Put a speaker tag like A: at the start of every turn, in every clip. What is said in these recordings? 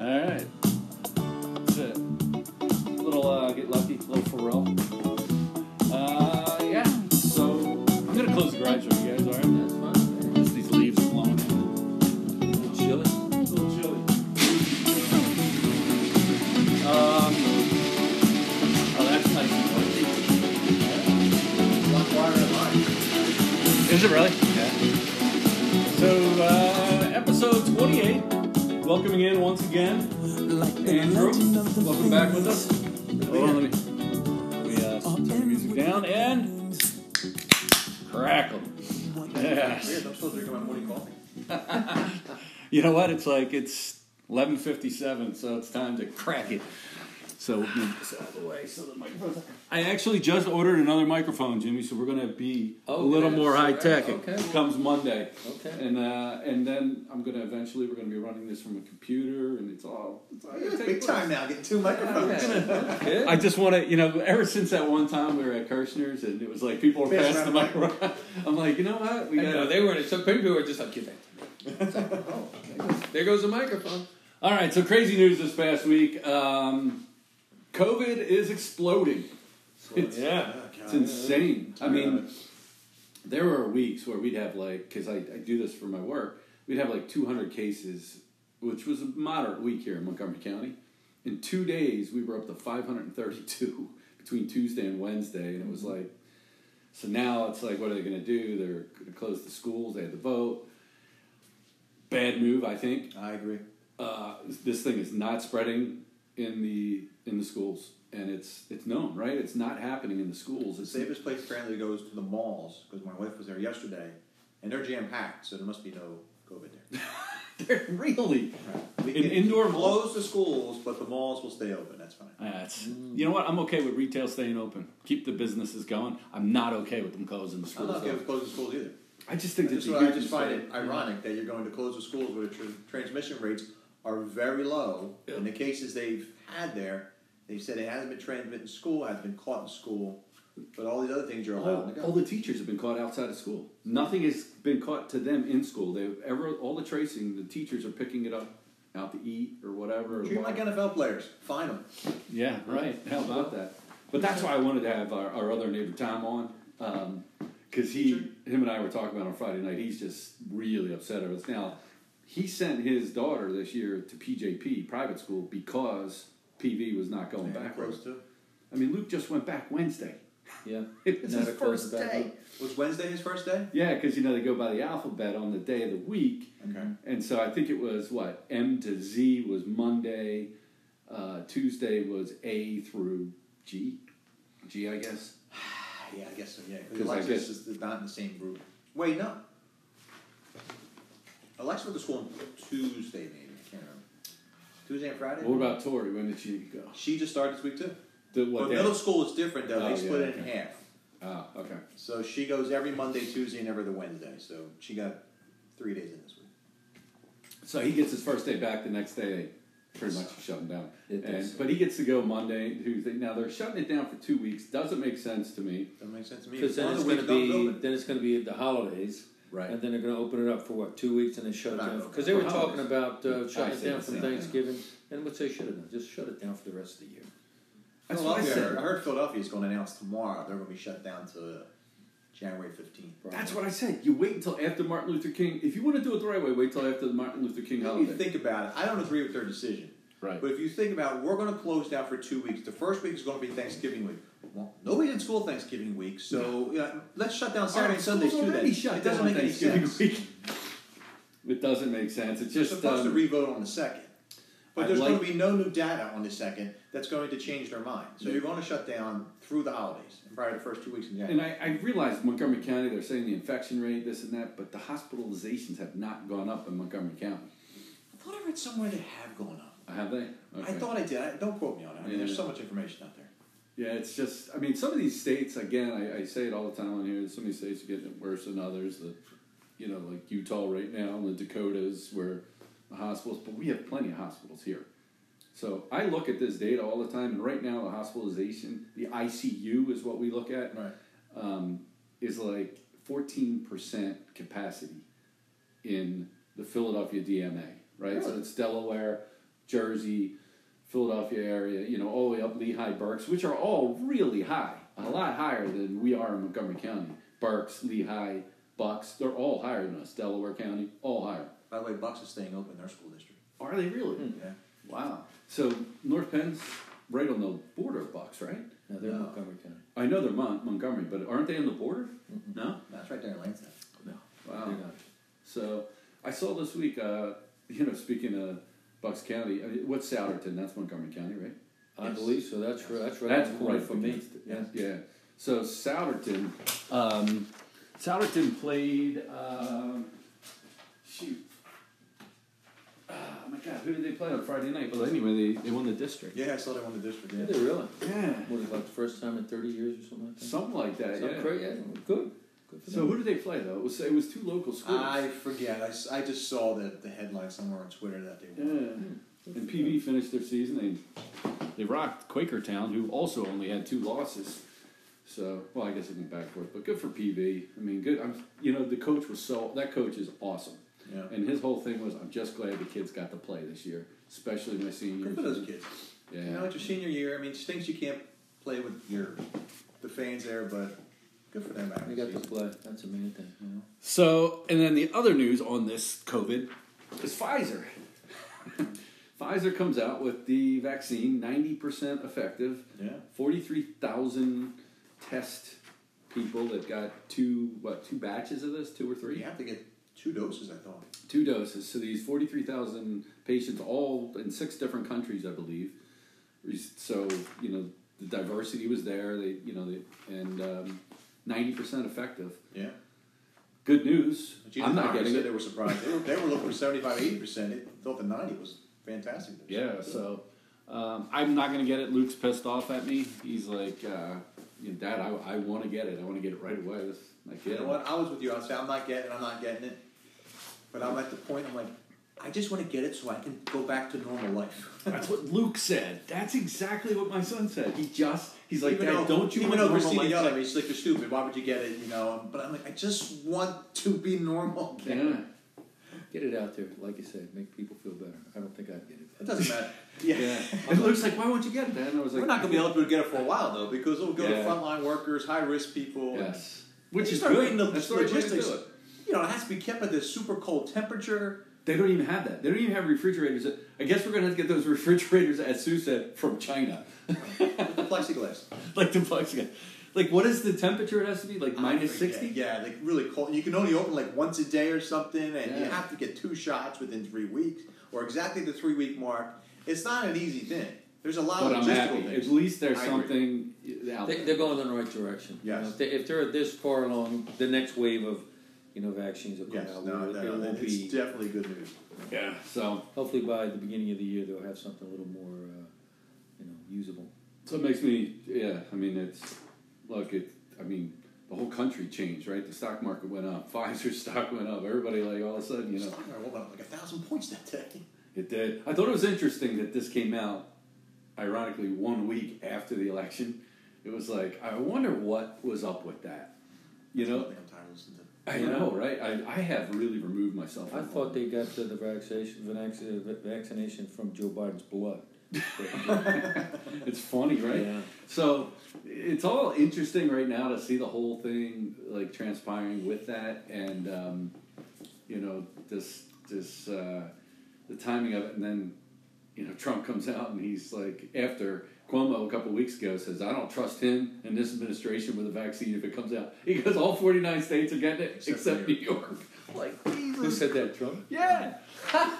A: All right. That's it. Little uh, get lucky, little Pharrell. Uh, yeah. So I'm gonna close the garage door. You guys all right?
B: That's fine.
A: Just these leaves are blowing in.
B: man. Chilling.
A: It's a little chilly. Um. Oh, that's nice and
B: Black wire and light.
A: fuzzy. Is it really? Yeah. So uh, episode 28. Welcoming in once again.
C: Like the
A: Andrew,
C: legend of the
A: welcome back with us.
C: Phoenix.
A: Hold on, let me, let me uh, turn the music down and crackle. Yes.
B: Weird, I'm supposed to drink my morning coffee.
A: You know what? It's like it's 11:57, so it's time to crack it. So we'll move this out of the way so the microphone's. I actually just ordered another microphone, Jimmy. So we're gonna be a
B: Okay,
A: little more
B: so
A: high tech.
B: that- okay.
A: It comes Monday,
B: Okay.
A: and uh, and then I'm gonna eventually we're gonna be running this from a computer, and it's all. It's all gonna
D: It's
A: take
D: big
A: place.
D: time now, getting two
B: Yeah,
D: microphones.
B: okay.
A: I just want to, you know, ever since that one time we were at Kirshner's and it was like people were
D: Passing
A: passing the
D: around the
A: mic around, I'm like, you know what? We
B: I know,
A: got
B: they were in it. Some people were just like, get back to me. "Oh, There goes the microphone.
A: All right, so crazy news this past week. Um, COVID is exploding. It's,
B: yeah.
A: it's insane. I mean, there were weeks where we'd have like, because I, I do this for my work, we'd have like 200 cases, which was a moderate week here in Montgomery County. In two days, we were up to 532 between Tuesday and Wednesday, and it was
B: Mm-hmm.
A: like, so now it's like, what are they going to do? They're going to close the schools, they had the vote. Bad move, I think
D: I agree.
A: uh, this thing is not spreading in the in the schools, and it's it's known, right? It's not happening in the schools.
D: The
A: It's
D: safest place apparently to go is to the malls because my wife was there yesterday, and they're jam packed, so there must be no COVID there.
A: really.
D: We
A: In indoor malls?
D: close the schools, but the malls will stay open. That's fine.
A: That's, you know what? I'm okay with retail staying open. Keep the businesses going. I'm not okay with them closing the
D: I'm
A: schools.
D: not okay
A: though.
D: with closing schools either.
A: I just think
D: That's
A: that
D: what I just find it ironic that you're going to close the schools where the tr- transmission rates are very low, and the cases they've had there, they said it hasn't been transmitted in school, hasn't been caught in school, but all these other things you're allowed
A: All,
D: to
A: all
D: go.
A: the teachers have been caught outside of school. Nothing has been caught to them in school. They've ever all the tracing. The teachers are picking it up out to eat or whatever. or
D: Treat 'em
A: walk-
D: like NFL players. Fine 'em.
A: Yeah, right. How about that? But that's why I wanted to have our, our other neighbor Tom on, because he,
D: Teacher?
A: him and I were talking about it on Friday night. He's just really upset over this. Now, he sent his daughter this year to PJP private school because PV was not going
D: Yeah,
A: backwards.
D: close to.
A: I mean, Luke just went back Wednesday.
B: Yeah.
A: It's
B: Not
A: his
B: a close
A: first
B: back,
A: day.
D: Was Wednesday his first day?
A: Yeah, because you know they go by the alphabet on the day of the week.
D: Okay.
A: And so I think it was what M to Z was Monday, uh, Tuesday was A through G, G I guess.
D: Ah, Yeah, I guess so. Yeah,
A: 'Cause
D: because
A: I guess-
D: Alexis is is not in the same group. Wait, no. Alexis went to school on Tuesday, maybe. I can't remember. Tuesday and Friday.
A: What about Tori? When did she go?
D: She just started this week too.
A: The, what
D: But
A: day?
D: middle school is different though.
A: Oh,
D: they
A: yeah,
D: split it in
A: okay.
D: half.
A: Ah, okay.
D: So she goes every Monday, Tuesday, and every other Wednesday. So she got three days in this week.
A: So he gets his first day back. The next day, they pretty much shut him down.
B: It does.
A: And, but he gets to go Monday, Tuesday. Now they're shutting it down for two weeks. Doesn't make sense to me.
D: Doesn't make sense to me.
B: Because then
D: One
B: it's going
D: of the
B: to
D: weeks don't
B: be
D: open.
B: then it's going to be the holidays,
A: Right.
B: And then they're going to open it up for what two weeks and then shut it
D: Not
B: down
D: open.
B: because they were
A: For
B: talking
A: holidays.
B: about uh,
A: I
B: shutting it
A: see, I
B: down
A: see,
B: from
A: yeah.
B: Thanksgiving. And what they should have done, just shut it down for the rest of the year.
A: That's what I
D: Philadelphia,
A: said.
D: I heard Philadelphia is going to announce tomorrow they're going to be shut down to January fifteenth.
A: That's what I said. You wait until after Martin Luther King. If you want to do it the right way, wait till after the Martin Luther King
D: If you
A: holiday.
D: think about it, I don't agree with their decision.
A: Oh, Right.
D: But if you think about it, we're going to close down for two weeks. The first week is going to be Thanksgiving week. Well, nobody's in school Thanksgiving week, so yeah, let's shut down Saturday and Sundays
A: Oh, Schools
D: too.
A: already
D: Then
A: shut
D: it doesn't
A: down
D: make any
A: Thanksgiving
D: sense.
A: week. It doesn't make sense. It's
D: They're
A: just
D: supposed
A: um,
D: to revote on the second, but
A: I'd
D: there's
A: like-
D: going to be no new data on the second that's going to change their mind. So
A: Yeah.
D: you're going to shut down through the holidays and probably the first two weeks in
A: And
D: January.
A: I, I realize Montgomery County, they're saying the infection rate, this and that, but the hospitalizations have not gone up in Montgomery County. Uh,
D: I thought I read somewhere they have gone up.
A: Have they? Okay.
D: I thought I did. I, don't quote me on it. I mean,
A: Yeah.
D: there's so much information out there.
A: Yeah, it's just, I mean, some of these states, again, I, I say it all the time on here, some of these states are getting worse than others. The, you know, like Utah right now and the Dakotas where the hospitals, but we have plenty of hospitals here. So I look at this data all the time, and right now the hospitalization, the ICU is what we look at,
D: Right.
A: um, is like 14% capacity in the Philadelphia DMA, right? So
D: Really?
A: it's Delaware, Jersey, Philadelphia area, you know, all the way up Lehigh, Berks, which are all really high, a lot higher than we are in Montgomery County. Berks, Lehigh, Bucks, they're all higher than us. Delaware County, all higher.
D: By the way, Bucks is staying open in their school district.
A: Are they really?
D: Yeah.
A: Wow. So North Penn's right on the border of Bucks, right?
B: No, they're
D: No.
B: Montgomery County.
A: I know they're Mon- Montgomery, but aren't they on the border? No.
D: That's right there in Lansing.
B: No,
A: Wow.
B: they're not.
A: So I saw this week. Uh, you know, speaking of Bucks County, I mean, what's Souderton? That's Montgomery County, right?
B: I
D: Yes.
B: believe so. That's right. That's right.
A: That's
B: on the corner
A: right
B: from me.
A: against it.
B: Yeah.
A: Yeah. So Souderton, um, Souderton played. Um, shoot. Oh my God, who did they play on Friday night? Well, anyway, they, they won the district.
D: Yeah, I saw that one the district.
B: Yeah,
D: Yeah.
B: they really.
A: Yeah.
B: What is it, like the first time in thirty years or something like that?
A: Something like that.
B: Something
A: Yeah.
B: cra- Uh, yeah. Good. Good for
A: So
B: them.
A: who did they play though? It was, it was two local schools.
D: I forget. I, s- I just saw the, the headline somewhere on Twitter that they
A: Yeah.
D: won.
A: And PV finished their season. They they rocked Quakertown, who also only had two losses. So, well, I guess it went back and forth, but good for PV. I mean, good. I'm, you know, the coach was so that coach is awesome,
D: Yeah.
A: and his whole thing was, I'm just glad the kids got to play this year, especially my senior.
D: Good for those kids.
A: Yeah.
D: You know, it's your senior year. I mean, it stinks you can't play with your the fans there, but good for them.
B: they got to play. That's a main thing. You know?
A: So, and then the other news on this COVID is Pfizer. Pfizer comes out with the vaccine, 90% effective.
D: Yeah.
A: 43,000 test people that got two, what, two batches of this? Two or three?
D: You have to get two doses, I thought.
A: Two doses. So these 43,000 patients, all in six different countries, I believe. So, you know, the diversity was there. They, you know, they, and um, 90% effective.
D: Yeah.
A: Good news.
D: But you
A: I'm
D: the
A: not
D: doctors
A: getting
D: said
A: it.
D: They were surprised. They were, they were looking for 75, 80%. They thought the 90 was fantastic.
A: Yeah, so um, I'm not gonna get it. Luke's pissed off at me. He's like, uh, you know, Dad, I, I want to get it. I want to get it right away. This, I
D: You
A: get
D: know
A: it.
D: what? I was with you. I said, I'm not getting it. I'm not getting it. But I'm at the point, I'm like, I just want to get it so I can go back to normal life.
A: That's what Luke said. That's exactly what my son said. He just he's like, Dad, don't you
D: even
A: want
D: though
A: normal
D: Christina
A: life
D: yelled
A: back?"
D: at me, she's like, you're stupid. Why would you get it? You know. But I'm like, I just want to be normal. again.
A: Yeah.
B: Get it out there, like you said, make people feel better. I don't think I'd get it.
D: It doesn't matter. Yeah.
A: Yeah. And Luke's like, why won't you get it, Dad? And I was like,
D: We're not going to be eligible to get it for a while though, because it'll go
A: Yeah.
D: to frontline workers, high risk people.
A: Yes.
D: When
A: Which
D: you
A: is
D: start
A: good.
D: reading the
A: That's the right way to
D: logistics.
A: do it.
D: You know, it has to be kept at this super cold temperature.
A: They don't even have that. They don't even have refrigerators. I guess we're gonna have to get those refrigerators, as Sue said, from China.
D: The plexiglass.
A: like the plexiglass. Like, what is the temperature? It has to be like minus sixty.
D: Yeah, like really cold. You can only open like once a day or something, and you
A: Yeah.
D: have to get two shots within three weeks or exactly the three week mark. It's not an easy thing. There's a lot
A: But
D: of
A: I'm
D: logistical
A: happy.
D: things.
A: At least there's
D: I agree.
A: something out
B: They,
A: there.
B: they're going in the right direction. You
D: Yes.
B: know, if, they, if they're this far along, the next wave of, you know, vaccines will come
D: Yes,
B: out.
D: no,
B: it,
D: no,
B: it
D: no,
B: won't
D: it's
B: be.
D: definitely good news.
A: Yeah. So,
B: hopefully by the beginning of the year they'll have something a little more, uh, you know, usable.
A: so it makes me. Yeah. I mean, it's look. It. I mean, the whole country changed, right? The stock market went up. Pfizer stock went up. Everybody like all of a sudden, you know,
D: Stock market went up like a thousand points that day.
A: it did. I thought it was interesting that this came out, ironically, one week after the election. It was like, I wonder what was up with that. You
D: That's
A: know,
D: something I'm tired of listening to.
A: I know, right? I, I have really removed myself.
B: I
A: from
B: thought they got the, the vaccination, vaccination vaccination from Joe Biden's blood. uh,
A: It's funny, right?
B: Yeah.
A: So it's all interesting right now to see the whole thing like transpiring with that, and um, you know this this uh, the timing of it, and then you know Trump comes out and he's like after Cuomo a couple weeks ago says I don't trust him and this administration with a vaccine if it comes out. He goes all forty nine states are getting it
D: Except
A: except,
D: New
A: New York. Like
B: Who
A: Jesus,
B: said that, Trump?
A: yeah.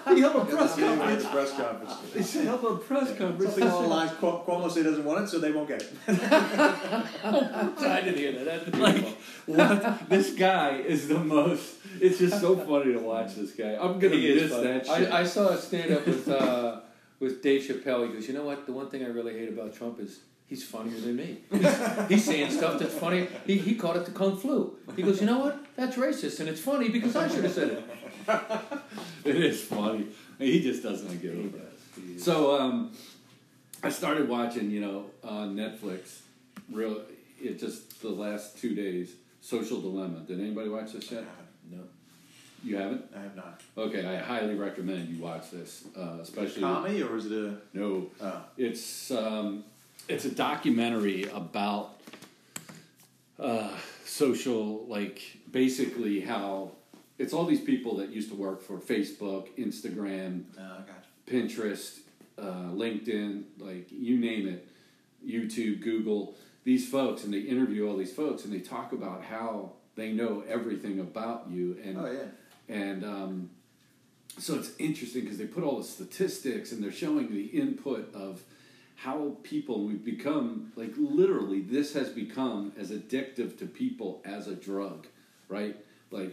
A: he held a press
D: Yeah, we had
A: conference.
D: the press conference.
A: He held a press conference.
D: Something along the lines, Cu- Cuomo said he doesn't want it, so they won't get it.
B: I didn't hear that. That's
A: like
B: beautiful.
A: what this guy is the most it's just so funny to watch this guy i'm gonna
B: He is
A: miss
B: funny.
A: that shit
B: I, I saw a stand up with uh, with Dave Chappelle. He goes, you know what? The one thing I really hate about Trump is he's funnier than me. He's, he's saying stuff that's funny. He, he called it the kung flu. He goes, you know what? That's racist, and it's funny because I should have said it.
A: it is funny he just doesn't give a
B: He-
A: so um, i started watching you know on netflix real it just the last two days social dilemma did anybody watch this yet
B: No.
A: You haven't?
D: I have not.
A: Okay, I highly recommend you watch this, uh, especially.
D: Comedy or is it a?
A: No, uh,
D: Oh.
A: it's um, it's a documentary about uh, social, like basically how it's all these people that used to work for Facebook, Instagram,
D: Oh, I got
A: Pinterest, uh, LinkedIn, like you name it, YouTube, Google, these folks, and they interview all these folks, and they talk about how they know everything about you, and
D: you. Oh yeah.
A: and um, so it's interesting because they put all the statistics and they're showing the input of how people we've become like literally this has become as addictive to people as a drug right like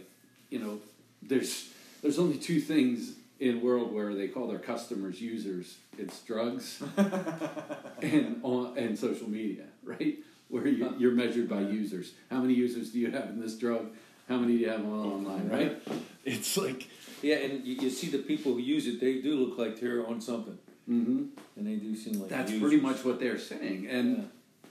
A: you know there's there's only two things in world where they call their customers users it's drugs and on and social media right where you, you're measured by users how many users do you have in this drug how many do you have online right it's like
B: Yeah, and you, you see the people who use it, they do look like they're on something.
A: hmm
B: And they do seem like
A: that's
B: users.
A: pretty much what they're saying and
B: Yeah.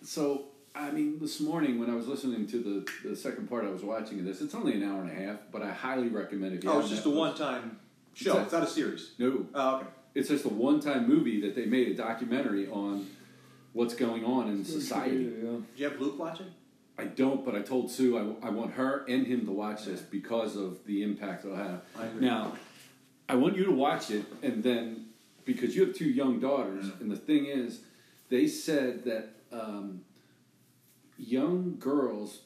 A: so i mean this morning when i was listening to the, the second part i was watching of this it's only an hour and a half but i highly recommend it
D: Oh, it's just a one-time show.
A: Exactly.
D: It's not a series.
A: no
D: Oh, okay.
A: it's just a one-time movie that they made a documentary on what's going on in society
B: Yeah.
D: Did you have Luke watching?
A: i don't but i told sue i, I want her and him to watch this because of the impact it'll have
D: I agree.
A: now i want you to watch it and then because you have two young daughters and the thing is they said that um, young girls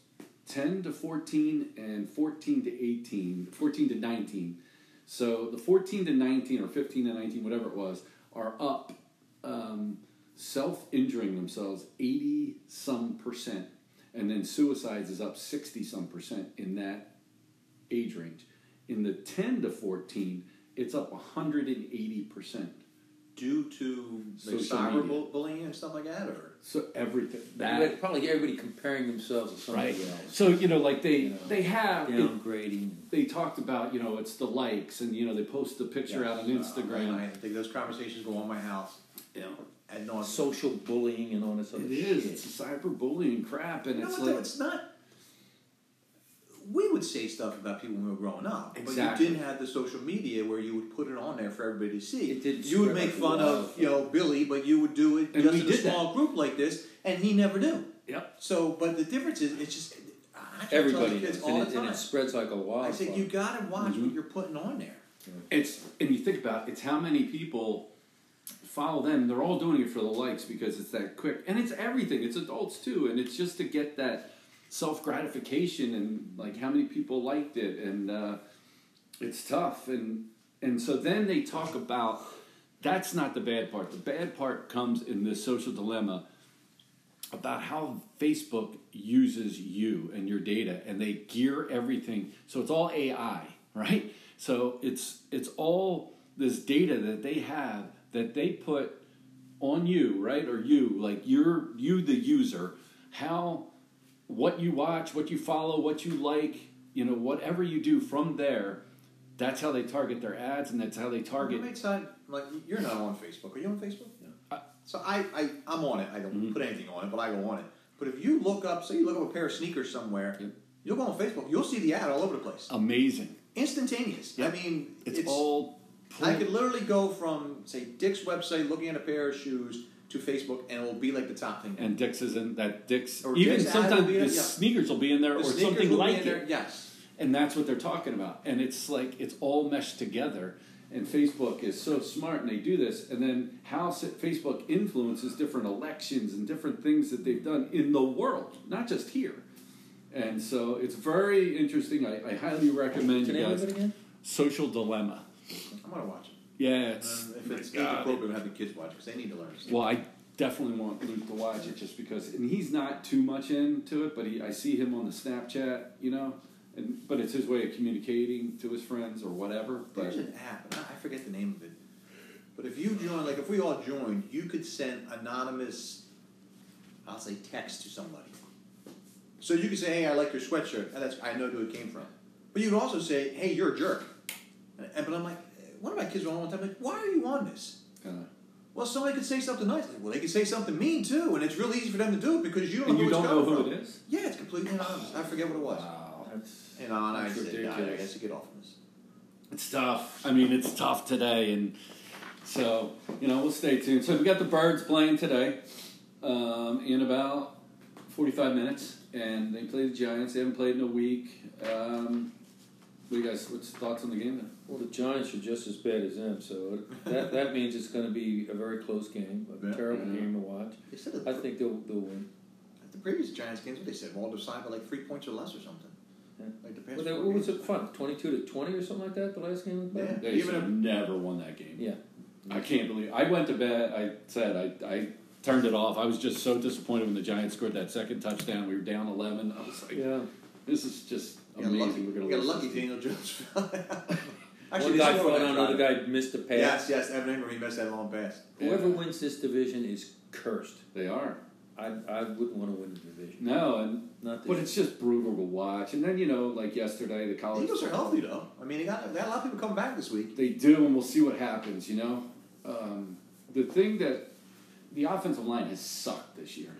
A: 10 to 14 and 14 to 18 14 to 19 so the 14 to 19 or 15 to 19 whatever it was are up um, self-injuring themselves 80 some percent and then suicides is up 60 some percent in that age range in the 10 to 14 it's up 180 percent
D: Due to like,
A: Social media.
D: cyberbullying and stuff like that, or
A: so everything
B: Everybody- probably everybody comparing themselves to somebody
A: right
B: else.
A: so you know like they
B: You know,
A: they have it-
B: Downgrading.
A: they talked about you know it's the likes and you know they post the picture out on
D: Yeah.
A: Instagram.
D: I think those conversations go on my house
A: Yeah.
D: ad nauseam.
B: Social bullying and all this other
A: It is.
B: shit.
A: It's cyberbullying crap, and
D: No,
A: it's
D: it's,
A: like
D: it's not. We would say stuff about people when we were growing up, but
A: Exactly.
D: you didn't have the social media where you would put it on there for everybody to see.
B: It didn't
D: you would
B: spread
D: make
B: like
D: fun of
B: wildfire.
D: you know Billy, but you would do it
A: And
D: just
A: we
D: in a
A: did that.
D: small group like this, and he never knew.
A: yep.
D: So, but the difference is, it's just I tell
B: Everybody
D: the kids
B: knows,
D: all
B: and, Mm-hmm.
D: the
B: it,
D: time.
B: and it spreads like a
D: I
B: wildfire.
D: said you got to watch what you're putting on there.
A: It's and you think about it, it's how many people follow them. They're all doing it for the likes because it's that quick, and it's everything. It's adults too, and it's just to get that self gratification and like how many people liked it, and uh, it's tough. And and so then they talk about that's not the bad part. The bad part comes in this social dilemma. about how Facebook uses you and your data, and they gear everything. So it's all AI, right? So it's it's all this data that they have that they put on you, right? Or you, like you're you the user, how what you watch, what you follow, what you like, you know, whatever you do from there, that's how they target their ads and that's how they target
D: Roommate's on, like, you're not on Facebook. Are you on Facebook? No. So I, I, I'm on it. I don't
A: Mm-hmm.
D: put anything on it, but I go on it. But if you look up, say you look up a pair of sneakers somewhere, you'll go on Facebook. You'll see the ad all over the place.
A: amazing.
D: Instantaneous. I mean,
A: Oh. It's, all
D: I could literally go from say Dick's website looking at a pair of shoes to Facebook, and it will be like the top thing.
A: and Dick's is in that Dick's.
D: Or
A: even
D: Dick's ad
A: sometimes
D: will be
A: the
D: in- yeah.
A: sneakers will be in there
D: The
A: or
D: sneakers
A: something
D: will be
A: like
D: in there,
A: it,
D: Yes.
A: and that's what they're talking about. And it's like it's all meshed together. And Facebook is so smart, and they do this. And then how s- Facebook influences different elections and different things that they've done in the world, not just here. And so it's very interesting. I, I highly recommend
B: Can
A: you
B: I have
A: guys.
B: it again?
A: Social dilemma.
D: I'm gonna watch it.
A: Yeah, it's
D: Um, if it's
A: my God,
D: inappropriate, we'll have the kids watch because they need to learn.
A: Well, I definitely want Luke to watch it just because, and he's not too much into it, but he, I see him on the Snapchat, you know, and but it's his way of communicating to his friends or whatever. But
D: There's an app, and I I forget the name of it. But if you join, like if we all joined, you could send anonymous, I'll say text to somebody. So you could say, "Hey, I like your sweatshirt," and that's I know who it came from. But you could also say, "Hey, you're a jerk." And, and- but I'm like, eh, one of my kids were on one time like, "Why are you on this?"
A: uh,
D: Well, somebody could say something nice. Like, well, they could say something mean too, and it's really easy for them to do it because you don't
A: and
D: know
A: you
D: who
A: don't
D: it's
A: know
D: coming
A: who
D: from.
A: it is.
D: Yeah, it's completely anonymous. I forget what it was.
A: Wow.
B: That's-
D: And on, I
B: That's
D: said, "Nah, I
B: ridiculous.
D: guess to get off of this.
A: It's tough. I mean, it's tough today, and so you know we'll stay tuned. So we got the Birds playing today um, in about forty-five minutes, and they play the Giants. They haven't played in a week. Um, what do you guys? What's your thoughts on the game then?
B: Well, the Giants are just as bad as them, so that that means it's going to be a very close game, a
D: Yeah.
B: terrible
A: Yeah.
B: game to watch.
D: They said that
B: I think they'll they'll win.
D: the previous Giants games, what they said, all decided by like three points or less or something.
B: Yeah.
D: Like the past
B: Well, they,
D: four
B: what was
D: games.
B: it fun? Twenty-two to twenty or something like that. The last game. we played?
D: Yeah.
A: They
D: Even
A: should've
D: if-
A: never won that game.
B: Yeah.
A: I can't believe I went to bed. I said I, I turned it off. I was just so disappointed when the Giants scored that second touchdown. We were down eleven. I was like,
B: Yeah.
A: this is just
D: You got
A: amazing.
D: lucky,
A: We're gonna
D: you got
A: lose
D: lucky
A: this game.
D: Daniel Jones fell out.
B: One
D: they
B: guy fell
D: scored
B: down,
D: on that
B: another
D: drive.
B: guy missed the pass.
D: Yes, yes, Evan Ingram, he missed that long pass.
B: Whoever
A: Yeah.
B: wins this division is cursed.
A: They are
B: I I wouldn't want to win the division.
A: no, and
B: Not this.
A: but it's just brutal to watch. And then you know, like yesterday, the
D: The
A: college
D: Eagles are
A: football-
D: healthy though. I mean, they got, they got a lot of people coming back this week.
A: They do, and we'll see what happens. You know, um, the thing that the offensive line has sucked this year.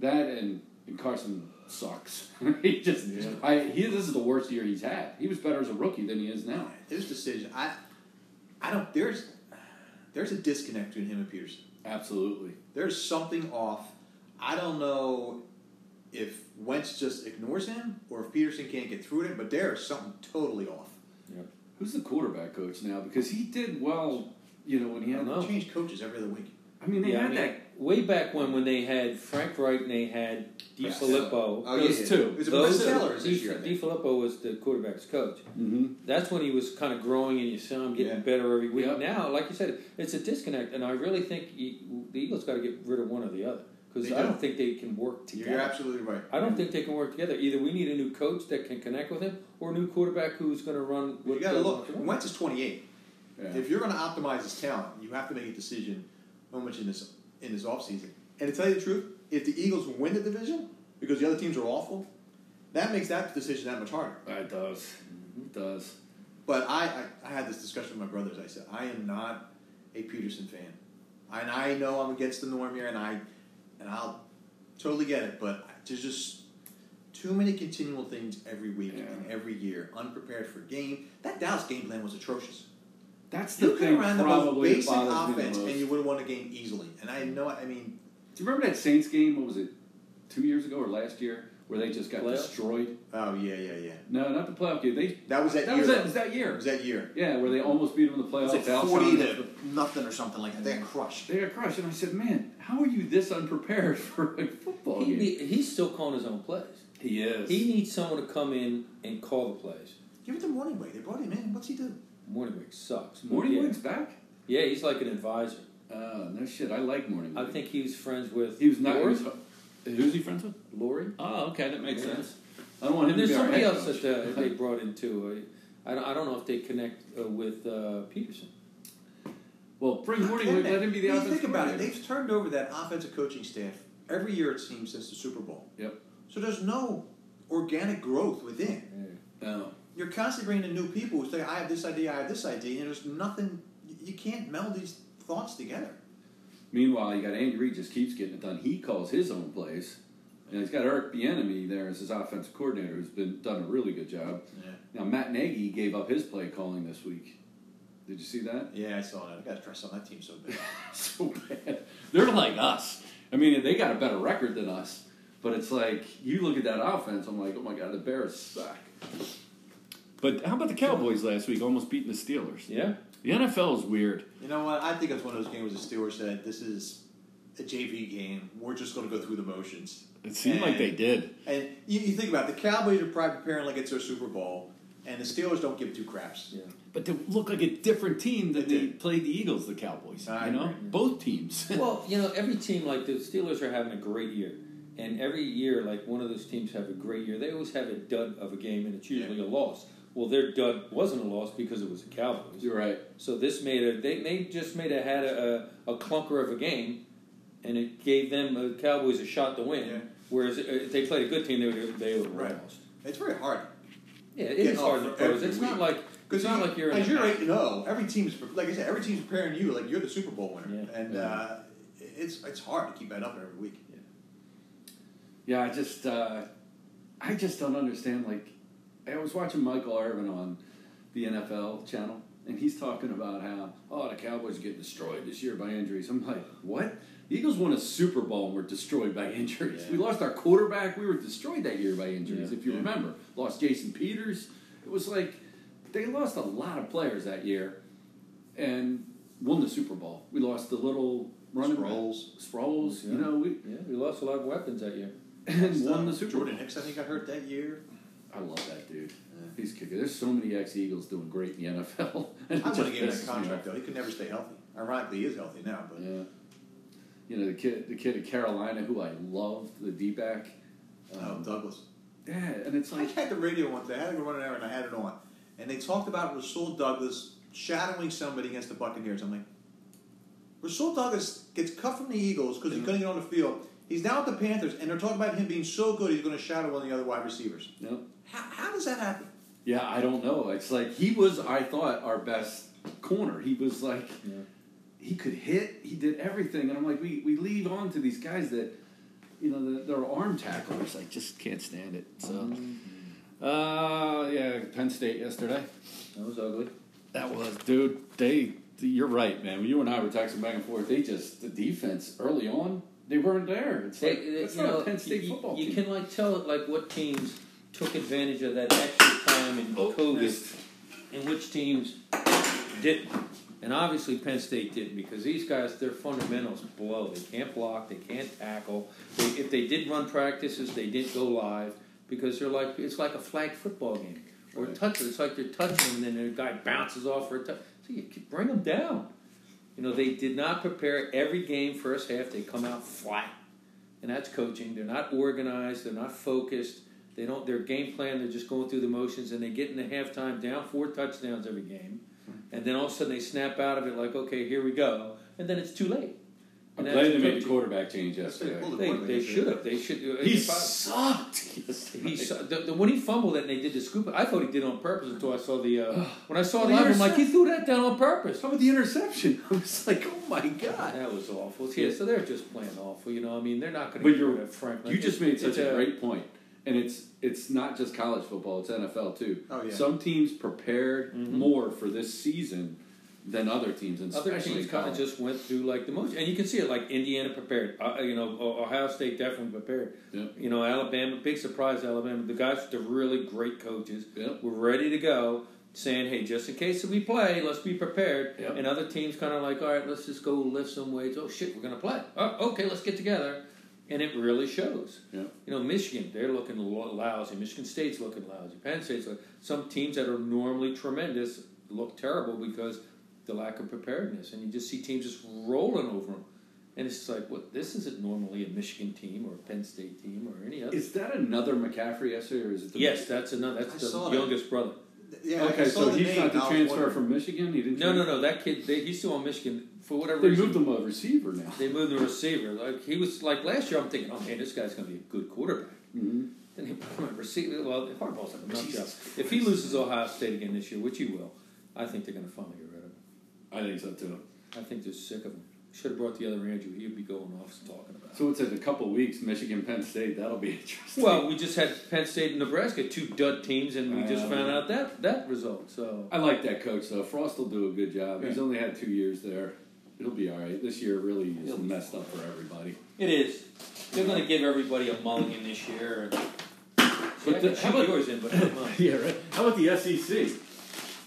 A: That and, and Carson sucks. he just,
B: Yeah.
A: I, he, this is the worst year he's had. He was better as a rookie than he is now.
D: His decision, I, I don't. There's, there's a disconnect between him and Peterson.
A: Absolutely.
D: There's something off. I don't know if Wentz just ignores him or if Peterson can't get through it, but there is something totally off.
A: Who's the quarterback coach now? Because he did well, you know, when he
D: You
A: had.
B: don't
D: know,
B: know.
D: they change coaches every other week.
A: I mean, they
B: Yeah, I
A: had
B: mean,
A: that.
B: way back when when they had Frank Wright and they had
D: Yes.
B: DiFilippo.
D: Oh,
A: Those
D: yeah,
A: two.
D: It was a
B: Those
D: Chris Taylor this
B: Di-
D: year. I think.
B: DiFilippo was the quarterback's coach.
A: Mhm.
B: That's when he was kind of growing, and you saw him getting
D: Yeah.
B: better every week.
A: Yep.
B: Now, like you said, it's a disconnect, and I really think you, the Eagles got to get rid of one or the other because
D: They
B: I
D: do.
B: don't think they can work together.
D: You're absolutely right.
B: I don't think they can work together. Either we need a new coach that can connect with him, or a new quarterback who's going to run.
D: You
B: with
D: got to
B: the-
D: look. Wentz is 28.
A: Yeah.
D: If you're going to optimize his talent, you have to make a decision how much in this in this offseason. And to tell you the truth, if the Eagles win the division because the other teams are awful, that makes that decision that much harder.
A: It does.
B: Mm-hmm.
A: It does.
D: But I, I, I had this discussion with my brothers. I said, I am not a Peterson fan. And I know I'm against the norm here, and I and I'll totally get it, but there's just too many continual things every week
A: Yeah.
D: and every year. Unprepared for game. That Dallas game plan was atrocious.
A: That's the
D: You could
A: thing.
D: have ran the most
A: probably that
D: basic
A: bothers me the
D: offense,
A: most.
D: and you would have won a game easily. And I know, I mean,
A: Do you remember that Saints game? What was it? Two years ago or last year, where they just got
B: Playoff?
A: destroyed?
D: oh yeah, yeah, yeah.
A: No, not the playoff game. They
D: That was that,
A: that
D: year.
A: was it.
D: though.
A: It was that year.
D: It was that year.
A: Yeah, where they almost beat them in the
D: It was
A: playoffs.
D: like
A: Alshon
D: forty
A: was
D: to nothing or something like that. They got crushed.
A: They got crushed, and I said, "Man, how are you this unprepared for a football
B: He,
A: game?"
B: be- he's still calling his own plays.
A: He is.
B: He needs someone to come in and call the plays.
D: Give it to Morning Way. They brought him in. What's he do?
B: Morningwick sucks.
A: Morning
B: yeah.
A: Wood's back.
B: Yeah, he's like an advisor.
A: Uh, no shit. I like Morning
B: I
A: Wood.
B: think he was friends with.
A: he was not.
B: Lori.
A: who's he friends with?
B: Lori?
A: Oh, okay, that makes
B: Yeah.
A: sense. I don't want him
B: And there's
A: to be our
B: somebody
A: head
B: else
A: coach.
B: that uh, they brought in too. I, I, don't, I don't know if they connect uh, with uh, Peterson.
A: well, bring Morning
D: Damn
A: Wood.
D: it.
A: Let him be the
D: When you
A: offensive
D: Think about it.
A: coordinator.
D: They've turned over that offensive coaching staff every year it seems since the Super Bowl.
A: Yep.
D: So there's no organic growth within.
A: No.
D: You're constantly bringing in new people who say, "I have this idea, I have this idea," and there's nothing. you- You can't meld these thoughts together.
A: Meanwhile, you got Andy Reid just keeps getting it done. He calls his own plays, and he's got Eric Bieniemy there as his offensive coordinator, who's been done a really good job.
D: Yeah,
A: Now Matt Nagy gave up his play calling this week. Did you see that?
D: yeah, I saw that. I got to dress on that team so bad.
A: so bad. They're like us. I mean, they got a better record than us, but it's like you look at that offense. I'm like, oh my god, the Bears suck. But how about the Cowboys last week, almost beating the Steelers?
B: Yeah?
A: The NFL is weird.
D: you know what? I think it's one of those games where the Steelers said, "This is a JV game. We're just going to go through the motions."
A: It
D: seemed like they
A: did.
D: And you, you think about it, the Cowboys are probably preparing like it's their Super Bowl, and the Steelers don't give two craps.
B: Yeah.
A: But they look like a different team
D: than They they did.
A: played the Eagles, the Cowboys.
D: I you know? agree.
A: both teams.
B: well, you know, every team like the Steelers are having a great year, and every year like one of those teams have a great year. They always have a dud of a game, and it's usually a loss. Well, their dud wasn't a loss because it was the Cowboys.
A: You're right.
B: So this made a they they just made a had a, a, a clunker of a game, and it gave them the Cowboys a shot to win.
D: Yeah.
B: Whereas uh, if they played a good team, they would they would have
D: Right.
B: lost.
D: It's very hard
B: Yeah, it
D: Get
B: is hard to
D: off
B: pros.
D: every
B: It's not
D: week.
B: like it's not like you're in
D: as
B: a-
D: you're eight and zero. Every team's like I said, every team's preparing you like you're the Super Bowl winner,
B: Yeah.
D: and
A: Yeah.
D: Uh, it's it's hard to keep that up every week.
A: Yeah, I just uh, I just don't understand. Like, I was watching Michael Irvin on the NFL channel, and he's talking about how oh the Cowboys are getting destroyed this year by injuries. I'm like, what? The Eagles won a Super Bowl and were destroyed by injuries.
C: Yeah.
A: We lost our quarterback. We were destroyed that year by injuries.
B: Yeah.
A: if you
C: Yeah.
A: remember, lost Jason Peters. It was like they lost a lot of players that year, and won the Super Bowl. We lost the little running back-
D: Sproles.
A: Sproles. You
B: Yeah.
A: know, we
B: Yeah, we lost a lot of weapons that year.
A: and won the Super
D: uh, Jordan
A: Bowl.
D: Hicks, I think, got hurt that year.
A: I love that dude. Uh,
D: Yeah.
A: He's kicking. There's so many ex Eagles doing great in the NFL. And it
D: I
A: just
D: would have given him
A: pisses
D: that
A: me
D: contract
A: off.
D: though. He could never stay healthy. Ironically, he is healthy now, but
A: Yeah. You know the kid, the kid at Carolina, who I loved, the D back.
D: oh, Douglas.
A: Yeah, and it's
D: I
A: like
D: had the radio one day. I had to run an hour and I had it on, and they talked about Rasul Douglas shadowing somebody against the Buccaneers. I'm like, Rasul Douglas gets cut from the Eagles because
A: Mm-hmm.
D: he's going to get on the field. He's now at the Panthers, and they're talking about him being so good he's going to shadow one of the other wide receivers.
A: no.
D: How, how does that happen?
A: Yeah, I don't know. It's like he was, I thought, our best corner. He was like,
B: Yeah.
A: he could hit, he did everything. And I'm like, we, we leave on to these guys that, you know, the, they're arm tacklers. I just can't stand it. So,
D: Mm-hmm.
A: uh, yeah, Penn State yesterday.
B: That was ugly.
A: That was, dude, they, you're right, man. You and I were texting back and forth. They just, the defense early on, they weren't there. It's like,
B: They- they-
A: that's
B: you
A: not
B: know,
A: a Penn State
B: you,
A: football
B: you
A: team.
B: can like tell like what teams took advantage of that extra time in
A: Oh,
B: COVID,
A: nice.
B: and which teams didn't. And obviously Penn State didn't because these guys, their fundamentals blow. They can't block, they can't tackle. They, if they did run practices, they didn't go live because they're like it's like a flag football game or
A: Right.
B: touch. It's like they're touching and then the guy bounces off for a touch. So you can bring them down. You know they did not prepare every game first half. They come out flat and that's coaching. They're not organized. They're not focused. They don't. Their game plan. They're just going through the motions, and they get in the halftime down four touchdowns every game, and then all of a sudden they snap out of it like, okay, here we go, and then it's too late.
A: I'm
B: And
A: glad
B: that's
A: they made the
B: coaching.
A: quarterback change yesterday.
D: Well, the
B: They,
D: quarterback
B: they
D: is-
B: should have. They should. uh,
A: He
B: if I-
A: sucked yesterday.
B: he saw, the, the, when he fumbled it and they did the scoop, I thought he did it on purpose until I saw the. Uh, when I saw it
A: Well,
B: live, I'm
A: you're
B: like,
A: sick.
B: he threw that down on purpose.
A: How about the interception? I was like, oh my god.
B: That was awful. Yeah, so they're just playing awful. You know, I mean, they're not going to.
A: But you're-
B: Franklin.
A: You just made
B: It's uh,
A: such a
B: a-
A: great point, and it's it's not just college football; it's NFL too.
D: Oh, yeah.
A: Some teams prepared more for this season than other teams, and
B: Mm-hmm. Other
A: especially
B: teams kind of
A: college.
B: just went through like the motion, and you can see it. Like Indiana prepared, uh, you know, O- Ohio State definitely prepared.
A: Yep.
B: You know, Alabama, big surprise, Alabama. The guys, the really great coaches,
A: Yep.
B: were ready to go, saying, "Hey, just in case we play, let's be prepared."
A: Yep.
B: And other teams kind of like, "All right, let's just go lift some weights." Oh shit, we're gonna play. Oh, okay, let's get together, and it really shows.
A: Yep.
B: You know, Michigan, they're looking lo- lousy. Michigan State's looking lousy. Penn State's look, some teams that are normally tremendous look terrible because the lack of preparedness, and you just see teams just rolling over them. And it's just like, what? This isn't normally a Michigan team or a Penn State team or any other.
A: Is that another McCaffrey yesterday, or is it the
B: yes, that's another. That's
D: I
B: the
D: saw that.
B: youngest brother.
D: Yeah, I
A: Okay,
D: saw
A: so
D: the
A: he's
D: name,
A: not
D: and
A: the
D: I was
A: transfer
D: wondering.
A: from Michigan. He didn't.
B: No, no,
A: transfer?
B: no. That kid, they, he's still on Michigan for whatever
A: They
B: reason.
A: moved him a receiver now.
B: They moved the receiver. Like he was like last year. I'm thinking, oh man, this guy's going to be a good quarterback.
A: hmm
B: Then he put him at receiver. Well, Harbaugh's a nut job.
A: Jesus
B: If he loses Ohio State again this year, which he will, I think they're going to finally get rid of him.
A: I think so too.
B: I think they're sick of him. Should have brought the other Andrew. He'd be going off and talking about. it.
A: So it's in a couple weeks, Michigan, Penn State. That'll be interesting.
B: Well, we just had Penn State and Nebraska, two dud teams, and we just
A: Uh,
B: found out that that result. So
A: I like that coach though. Frost will do a good job. He's
B: Yeah.
A: only had two years there. It'll be all right. This year really is
B: He'll be
A: messed up for everybody.
B: it is. They're going to give everybody a mulligan this year. And,
A: But
B: but
A: the- how about-
B: yours in, but not mine.
A: Yeah, right. How about the SEC?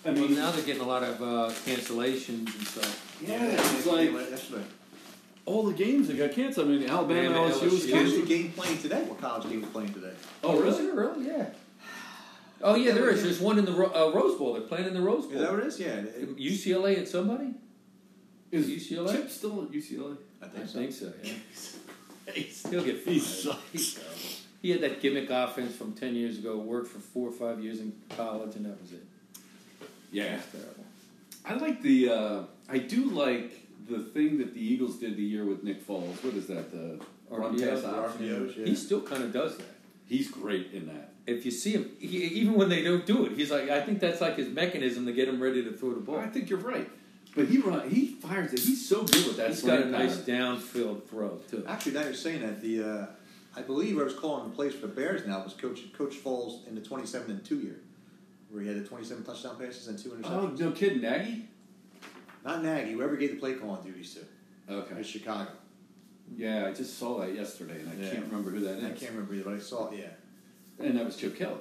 A: I
B: Well,
A: mean,
B: now they're getting a lot of uh, cancellations and stuff.
A: yeah, it's
D: Yeah,
A: like
D: yesterday.
A: all the games that got canceled. I mean, Alabama,
B: Alabama,
A: LSU was
B: LSU.
D: Here's
A: canceled.
D: the game playing today. What college game is playing today?
A: Oh, really?
B: Is there really? Yeah. Oh yeah, there is. There's one in the Ro- uh, Rose Bowl. They're playing in the Rose
D: Is that
B: Bowl.
D: what it is? Yeah, it- it-
B: UCLA and somebody.
A: Is
B: UCLA?
A: Chip still at UCLA?
D: I
B: I
D: think so.
B: think so. Yeah. He'll get fired.
A: He sucks.
B: He's terrible. He had that gimmick offense from ten years ago. Worked for four or five years in college, and that was it.
A: Yeah,
B: It's terrible.
A: I like the. Uh, I do like the thing that the Eagles did the year with Nick Foles. What is that? The run
B: RPO,
A: pass
B: the
A: option.
D: RPOs, yeah.
B: He still kind of does that.
A: He's great in that.
B: If you see him, he, even when they don't do it, he's like, I think that's like his mechanism to get him ready to throw the ball.
A: I think you're right. But he run, he fires it. He's so good with that.
B: He's got a
A: slant
B: nice
A: pattern.
B: downfield throw too.
D: Actually, now you're saying that the uh, I believe I was calling the plays for the Bears now was Coach Coach Foles in the 27 and two year. where he had the 27 touchdown passes and two interceptions.
A: Oh, no kidding, Nagy?
D: Not Nagy, whoever gave the play calling duties to. It
A: Oh. Okay.
D: was Chicago.
A: Yeah, I just saw that yesterday, and I
D: Yeah.
A: can't remember who that is.
D: I can't remember either, but I saw it, yeah.
A: And that was Chip Kelly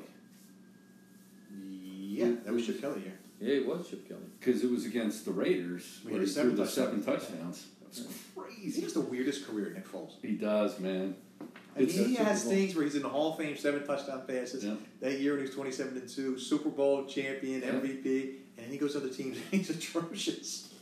D: Yeah, that was Chip Kelly here.
B: Yeah, it was Chip Kelly.
A: because it was against the Raiders
D: We
A: where
D: had
A: he
D: seven
A: threw the
D: touchdowns.
A: seven touchdowns. That was
D: He
A: crazy.
D: has the weirdest career, Nick Foles.
A: He does, man.
D: I mean,
A: It's a
D: he
A: Super
D: has
A: Bowl.
D: things where he's in the Hall of Fame, seven touchdown passes.
A: Yeah.
D: That year when he was 27 and 2, Super Bowl champion,
A: Yeah.
D: MVP, and then he goes to other teams and he's atrocious.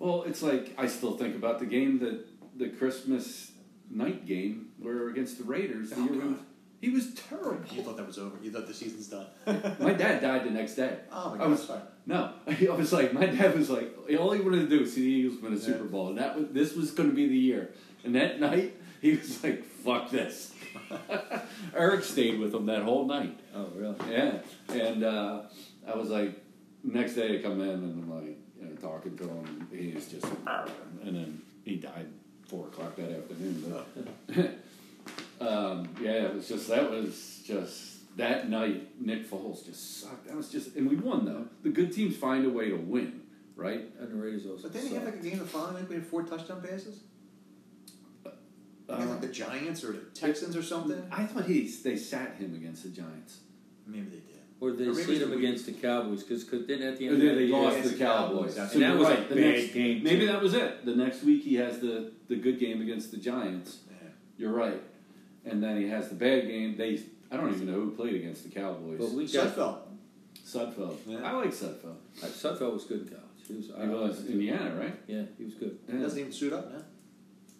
A: Well, it's like I still think about the game that the Christmas night game where against the Raiders. The
D: Oh,
A: year we-
D: God.
A: he was
D: You
A: terrible.
D: thought that was over. You thought the season's done.
A: my dad died the next day.
D: Oh my
A: I
D: God,
A: was-
D: sorry.
A: No, I was like, my dad was like, all he wanted to do was see the Eagles win a
D: Yeah.
A: Super Bowl, and that was, this was going to be the year. And that night, he was like, "Fuck this." Eric stayed with him that whole night.
B: Oh, really?
A: Yeah, and uh, I was like, next day I come in and I'm like, you know, talking to him, and he was just, and then he died four o'clock that afternoon. But, um, yeah, it was just that was just that night. Nick Foles just sucked. That was just, and we won though. The good teams find a way to win, right?
B: And the Raiders also.
D: But then he had
B: suck.
D: like a game the following week, we had four touchdown passes.
A: Uh,
D: Against, like the Giants or the Texans or something.
A: I thought he they sat him against the Giants.
D: Maybe they did.
B: Or they
D: Or maybe
B: sit
D: it's
B: him
D: the-
B: against the Cowboys because then at the
A: And
B: end
A: then
B: of the
A: they
B: year,
A: lost to
D: it's
A: the
D: the
A: Cowboys.
D: Cowboys. That's-
A: So
B: And that
A: you're
B: was a
A: right, the
B: bad
A: next-
B: game,
A: Maybe
B: too.
A: that was it. The next week he has the, the good game against the Giants.
D: Yeah.
A: You're right. And then he has the bad game. They I don't even know who played against the Cowboys.
B: But we got
D: Sudfeld.
A: Sudfeld.
D: Yeah.
A: I like Sudfeld.
B: Uh, Sudfeld was good in college. He was,
A: He was Indiana, right?
B: Yeah, Uh, he was good.
D: He doesn't even suit up now.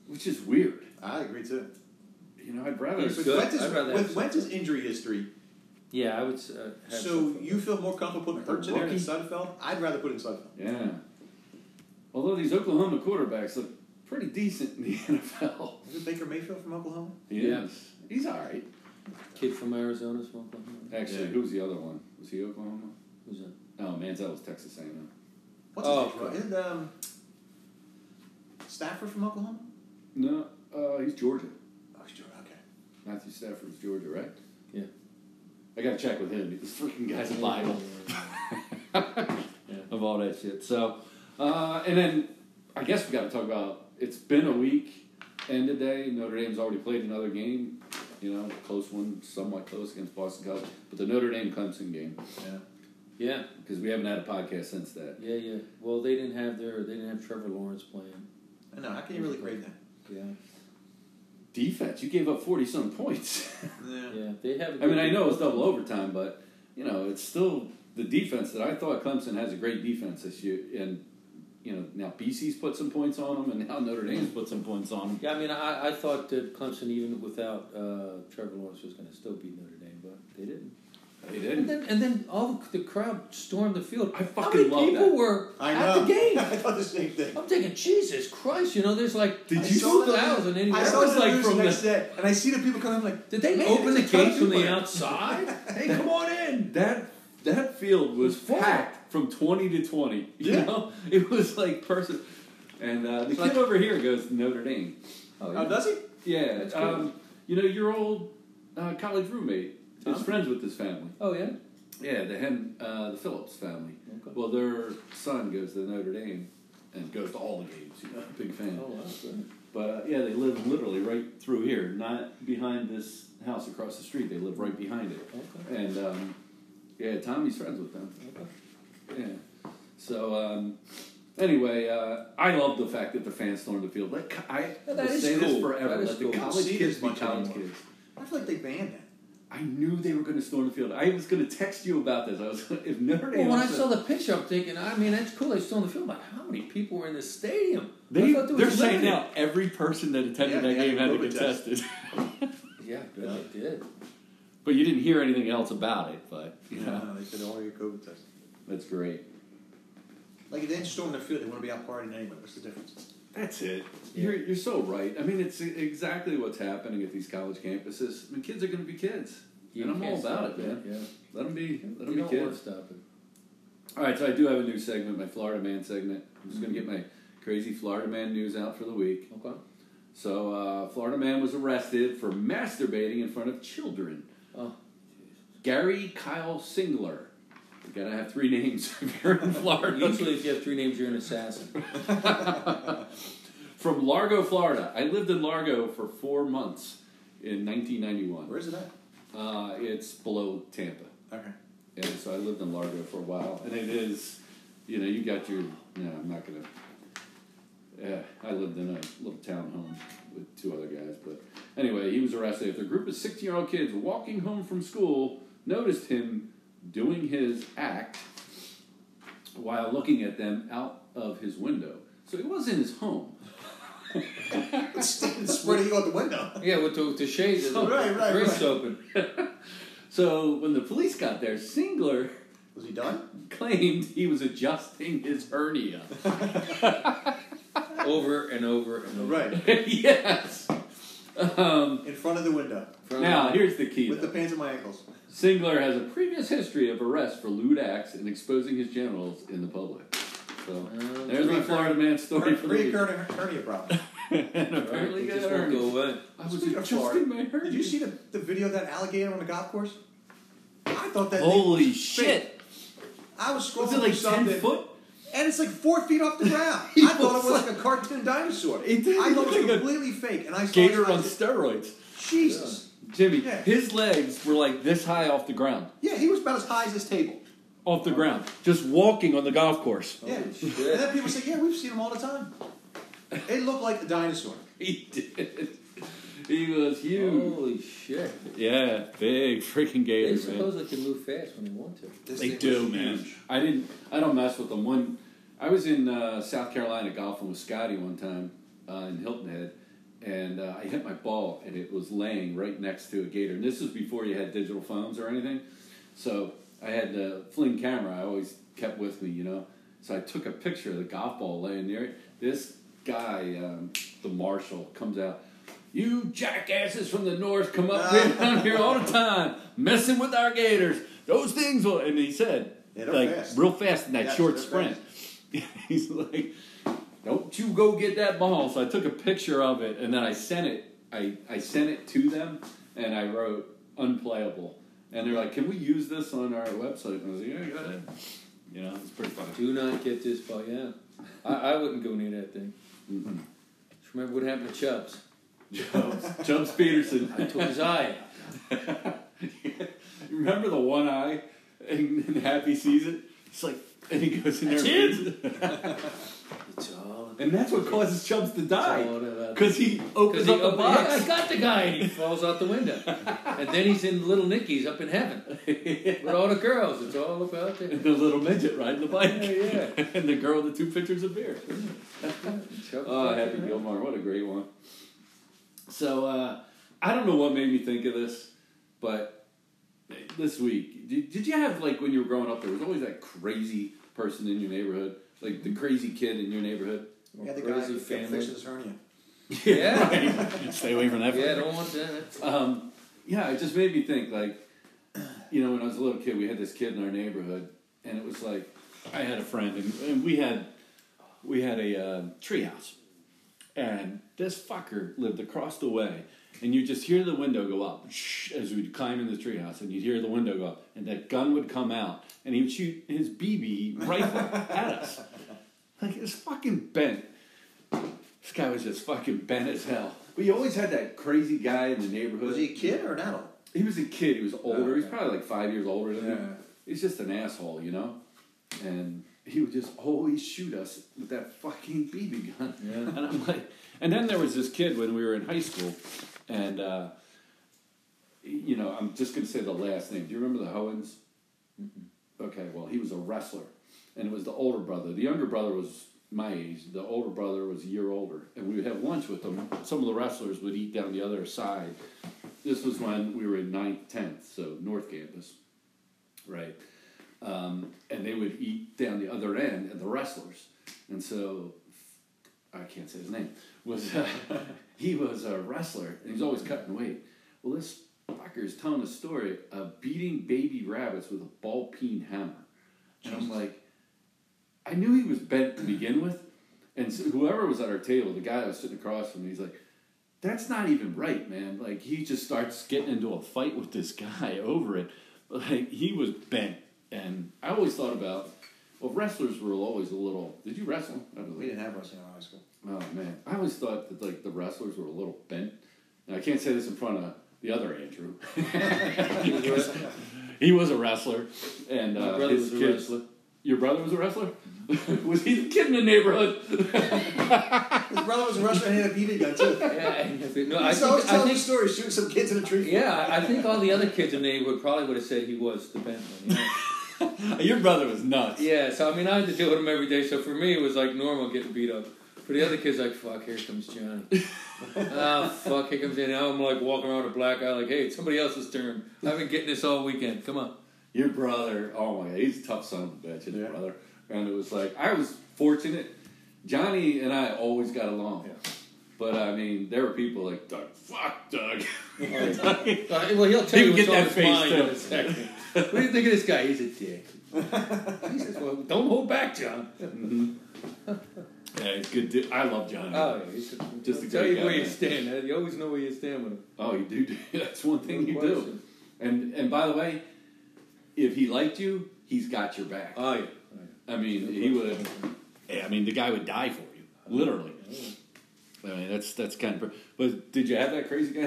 A: Which is weird.
D: I agree too.
A: You know, I'd rather.
B: He's
D: With
B: good.
D: Wentz's,
B: I'd rather
D: with
B: have
D: Wentz's injury history,
B: Yeah, I would. s- Uh, have
D: so
B: Sudfeld.
D: you feel more comfortable putting Hurts in there than
A: Rookie.
D: Sudfeld? I'd rather put in Sudfeld.
A: Yeah. Although these Oklahoma quarterbacks look pretty decent in the NFL.
D: Is it Baker Mayfield from Oklahoma?
A: He
B: Yeah.
A: is. He's all right.
B: kid from Arizona, from Oklahoma.
A: Actually,
D: Yeah.
A: who was the other one? Was he Oklahoma?
B: Who's that?
A: No, Manziel was Texas A&M.
D: What's
B: Oh,
D: his name?
B: okay.
D: Isn't um, Stafford from Oklahoma?
A: No, uh, he's Georgia.
D: Oh, he's Jordan. Okay.
A: Matthew Stafford's Georgia, right?
B: Yeah.
A: I gotta check with him. This freaking guy's a Bible of all that shit. So, uh, and then I guess we gotta talk about it's been a week, and today Notre Dame's already played another game. You know, close one, somewhat close against Boston College, but the Notre Dame Clemson game
D: Yeah.
B: Yeah,
A: because we haven't had a podcast since that.
B: yeah, yeah. Well, they didn't have their. They didn't have Trevor Lawrence playing.
D: I know. How can you really grade that?
B: Yeah,
A: Defense, you gave up forty some points.
B: yeah. They have. a
A: I mean,
B: good-
A: I know it's double overtime, but you know, it's still the defense that I thought Clemson has a great defense this year, and you know now BC's put some points on them, and now Notre Dame's put some points on them.
B: Yeah, I mean, I, I thought that Clemson, even without uh, Trevor Lawrence, was going to still beat Notre Dame, but they didn't.
A: They
B: And
A: didn't.
B: then, and then all the, the crowd stormed the field.
A: I
B: How
A: fucking
B: many
A: love
B: people
A: that.
B: were
D: I know.
B: at the game?
D: I thought the same thing.
B: I'm thinking, Jesus Christ! You know, there's like
A: Did
D: I
A: you
D: saw
B: two
D: the-
B: thousand. in
D: I
B: that
D: saw
B: was
D: the
B: like
D: news
B: from
D: the
B: the
D: next day, and I see the people coming. I'm like,
B: Did they
D: Man,
B: open the
D: it's a
B: gates from the
D: player.
B: outside? hey, come on in.
A: That that field was
B: It was full.
A: packed from twenty to twenty. You
D: Yeah.
A: know, it was like person. And uh, the
D: It's
A: kid
D: like-
A: over here goes to Notre Dame.
B: Oh,
D: "Oh, does he?"
A: Yeah,
B: That's cool.
A: um, you know your old uh, college roommate is
B: Tom?
A: friends with this family.
B: Oh, yeah?
A: Yeah, the Hen, uh, the Phillips family.
B: Okay.
A: Well, their son goes to Notre Dame and goes to all the games. You know, big fan.
B: Oh, wow. good.
A: But uh, yeah, they live literally right through here, not behind this house across the street. They live right behind it.
B: Okay.
A: And um, yeah, Tommy's friends with them.
B: okay.
A: Yeah. So um, anyway, uh, I love the fact that the fans stormed the field. Let co- I
B: Yeah, that
A: will
B: is
A: say
B: cool.
A: this forever.
B: That
A: Let
B: is cool.
A: the
B: You don't
A: college
D: see it
A: kids
D: as
A: be
D: much
A: college
D: anymore.
A: kids.
D: I feel like they banned that.
A: I knew they were going to storm the field. I was going to text you about this. I was if Notre
B: Well,
A: Dame.
B: when I
A: also-
B: saw the picture, I'm thinking, I mean, that's cool. They're still in the field. But how many people were in the stadium?
A: They,
B: I thought there
A: they're
B: was
A: saying
B: limited.
A: now every person that attended
D: Yeah,
A: that
D: they
A: game
D: had
A: had
D: a
A: to get
D: COVID test.
A: tested.
B: Yeah, I bet they did.
A: but you didn't hear anything else about it, but you know.
D: No, they said all your COVID test.
A: That's great.
D: Like if they didn't storm the field, they want to be out partying anyway. What's the difference?
A: That's it.
B: Yeah.
A: You're, you're so right. I mean, it's exactly what's happening at these college campuses. I mean, kids are going to be kids.
B: You
A: and I'm
B: can't
A: all about it,
B: stop
A: man.
B: Yeah.
A: Let them be, let
B: You
A: them be
B: don't want
A: kids.
B: to stop it.
A: All right, so I do have a new segment, my Florida Man segment. I'm just going to get my crazy Florida Man news out for the week.
B: Okay.
A: So, uh, Florida man was arrested for masturbating in front of children.
B: Oh.
A: Gary Kyle Singler You gotta have three names if you're in Florida.
B: Usually, if you have three names, you're an assassin.
A: From Largo, Florida. I lived in Largo for four months in 1991.
D: Where is it at?
A: Uh, it's below Tampa.
D: Okay.
A: And so I lived in Largo for a while. And it is, you know, you got your, no, I'm not gonna. Yeah, I lived in a little town home with two other guys. But anyway, he was arrested after a group of 16 year old kids walking home from school noticed him doing his act while looking at them out of his window. So it was in his home.
D: Spreading you out the window.
B: Yeah, with the, with the shades, and the
D: Right, right,
B: grates
D: right.
B: open.
A: So when the police got there, Singler
D: Was he done?
A: claimed he was adjusting his hernia.
B: over and over and over.
D: Right.
A: yes. Um,
D: In front of the window.
B: From-
A: now here's the key.
D: With the
A: though.
D: pants on my ankles.
A: Singler has a previous history of arrest for lewd acts and exposing his genitals in the public. So
B: Uh,
A: there's my
D: recurring-
A: Florida man story for the week.
D: Reoccurring hernia problem.
A: and
B: Right,
A: apparently
B: they
A: got
B: just won't
A: hernia.
B: go away.
A: I was
D: Speaking of Florida,
A: adjusting my hernia.
D: Did you see the, the video of that alligator on the golf course? I thought that.
A: Holy
D: thing-
A: shit!
D: I was scrolling
A: Oh. Was
D: through
A: it like ten
D: something,
A: foot?
D: and it's like four feet off the ground.
A: He
D: I thought it was
A: was-
D: like a cartoon dinosaur.
A: It did
D: I thought
A: look
D: it was
A: like a
D: completely fake, and I saw
A: Gator
D: this- I
A: on
D: said,
A: steroids.
D: Jesus.
A: Jimmy,
D: Yeah.
A: his legs were like this high off the ground.
D: Yeah, he was about as high as this table.
A: Off the ground. Just walking on the golf course.
D: Yeah.
B: Holy Oh, shit.
D: And then people say, yeah, we've seen him all the time. It looked like a dinosaur.
A: He did. He was huge.
B: Holy shit!
A: Yeah, big freaking
B: Oh. They
A: gator, man.
B: suppose they can move fast when they want to.
D: This
A: They
D: thing
A: do,
D: was
A: man.
D: huge.
A: I didn't. I don't mess with them. One, I was in uh, South Carolina golfing with Scotty one time uh, in Hilton Head, and uh, I hit my ball, and it was laying right next to a gator. And this was before you had digital phones or anything, so I had the fling camera. I always kept with me, you know. So I took a picture of the golf ball laying near it. This guy, um, the marshal, comes out. You jackasses from the north come up here, down here all the time, messing with our gators. Those things will. And he said,
D: Yeah, they're
A: like
D: fast.
A: real fast in that
D: Yes,
A: short
D: they're
A: sprint. He's like, "Don't you go get that ball." So I took a picture of it and then I sent it. I I sent it to them and I wrote unplayable. And they're like, "Can we use this on our website?" And I was like, "Yeah, go ahead." You know, it's pretty funny.
B: Do not get this ball. Yeah, I, I wouldn't go near that thing.
A: Mm-hmm.
B: Just remember what happened to Chubbs.
A: Chubbs, Chubbs Peterson.
B: I took his eye.
A: Remember the one eye in, in Happy Season? It's like, and he goes in
B: That's
A: there,
B: out. It's all.
A: and that's what causes Chubbs to
B: It's
A: die
B: all about
A: because he opens
B: he
A: up the
B: opened-
A: box.
B: "Yeah, I got the guy, and he falls out the window. and then he's in Little Nicky's up in heaven with all the girls. It's all about
A: And
B: the
A: the little midget riding the bike.
B: Yeah,
A: and the girl with the two pitchers of beer.
B: Chubbs.
A: Oh, Happy Gilmore, what a great one. So, uh, I don't know what made me think of this, but this week, did, did you have, like, when you were growing up, there was always that crazy person in your neighborhood? Like, the crazy kid in your neighborhood?
D: Yeah, the guy
B: Crazy
D: who kept
B: family.
D: fixing his hernia.
B: Yeah,
A: Stay away from that.
B: yeah. Don't want that.
A: um, yeah, it just made me think. Like, you know, when I was a little kid, we had this kid in our neighborhood, and it was like I had a friend, and, and we had we had a uh, treehouse, and this fucker lived across the way, and you just hear the window go up shh, as we'd climb in the treehouse, and you'd hear the window go up, and that gun would come out, and he would shoot his BB rifle at us, like it's fucking bent. This guy was just fucking bent as hell. But you always had that crazy guy in the neighborhood.
D: Was he a kid or an adult?
A: He was a kid. He was older. He was
B: okay.
A: probably like five years older than me.
D: Yeah.
A: He's just an asshole, you know. And he would just always shoot us with that fucking BB gun.
B: Yeah.
A: And I'm like, and then there was this kid when we were in high school, and uh, you know, I'm just gonna say the last name. Do you remember the Hohens? Okay, well, he was a wrestler, and it was the older brother. The younger brother was my age. The older brother was a year older, and we would have lunch with them. Some of the wrestlers would eat down the other side. This was when we were in ninth, tenth, so North Campus, right? Um, and they would eat down the other end, and the wrestlers. And so, I can't say his name. Was uh, he was a wrestler, and he's always cutting weight. Well, this fucker is telling a story of beating baby rabbits with a ball peen hammer, and I'm like, I knew he was bent to begin with, and so whoever was at our table, the guy that was sitting across from me, he's like. That's not even right, man. Like he just starts getting into a fight with this guy over it. Like he was bent And I always thought about, well, wrestlers were always a little. Did you wrestle? I don't
D: We
A: know.
D: didn't have wrestling in high school.
A: Oh man, I always thought that like the wrestlers were a little bent. Now I can't say this in front of the other Andrew. he was a wrestler, and uh,
B: My brother
A: his
B: was a
A: kids-
B: wrestler.
A: Your brother was a wrestler. was he the kid in the neighborhood?
D: His brother was a wrestler and he had a BB gun too.
B: Yeah, no, I
D: I
B: think,
D: so always
B: I
D: telling the
B: think,
D: story, shooting some kids in a tree.
B: yeah, I- I think all the other kids in the neighborhood probably would have said he was the Bentley. You know?
A: Your brother was nuts.
B: yeah, so I mean, I had to deal with him every day. So for me, it was like normal getting beat up. For the other kids, like fuck, here comes Johnny. oh fuck, here comes Johnny. Now I'm like walking around with a black eye, like hey, it's somebody else's turn. I've been getting this all weekend. Come on.
A: Your brother, oh my god, he's a tough son of a bitch, his
D: Yeah.
A: brother. And it was like I was fortunate. Johnny and I always got along. But I mean, there were people like Doug. Fuck
B: Oh,
A: Doug.
B: Uh, well, he'll tell
A: He
B: you
A: would get
B: what's on
A: that
B: his
A: face,
B: mind
A: too.
B: in a second. What do you think of this guy? He's a dick. Jesus, well, don't hold back, John.
A: yeah, he's good. Dude. I love Johnny.
B: Oh, yeah, he's
A: Just
B: just
A: a
B: tell
A: great
B: you
A: guy,
B: where you
A: man.
B: stand. eh? You always know where you stand with him.
A: oh, you do. do- That's one thing
B: No
A: you do.
B: question.
A: And and by the way, if he liked you, he's got your back.
B: Oh yeah.
A: I mean, he would. Yeah, I mean, the guy would die for you, literally. I mean, that's that's kind of. But did you have that crazy guy? I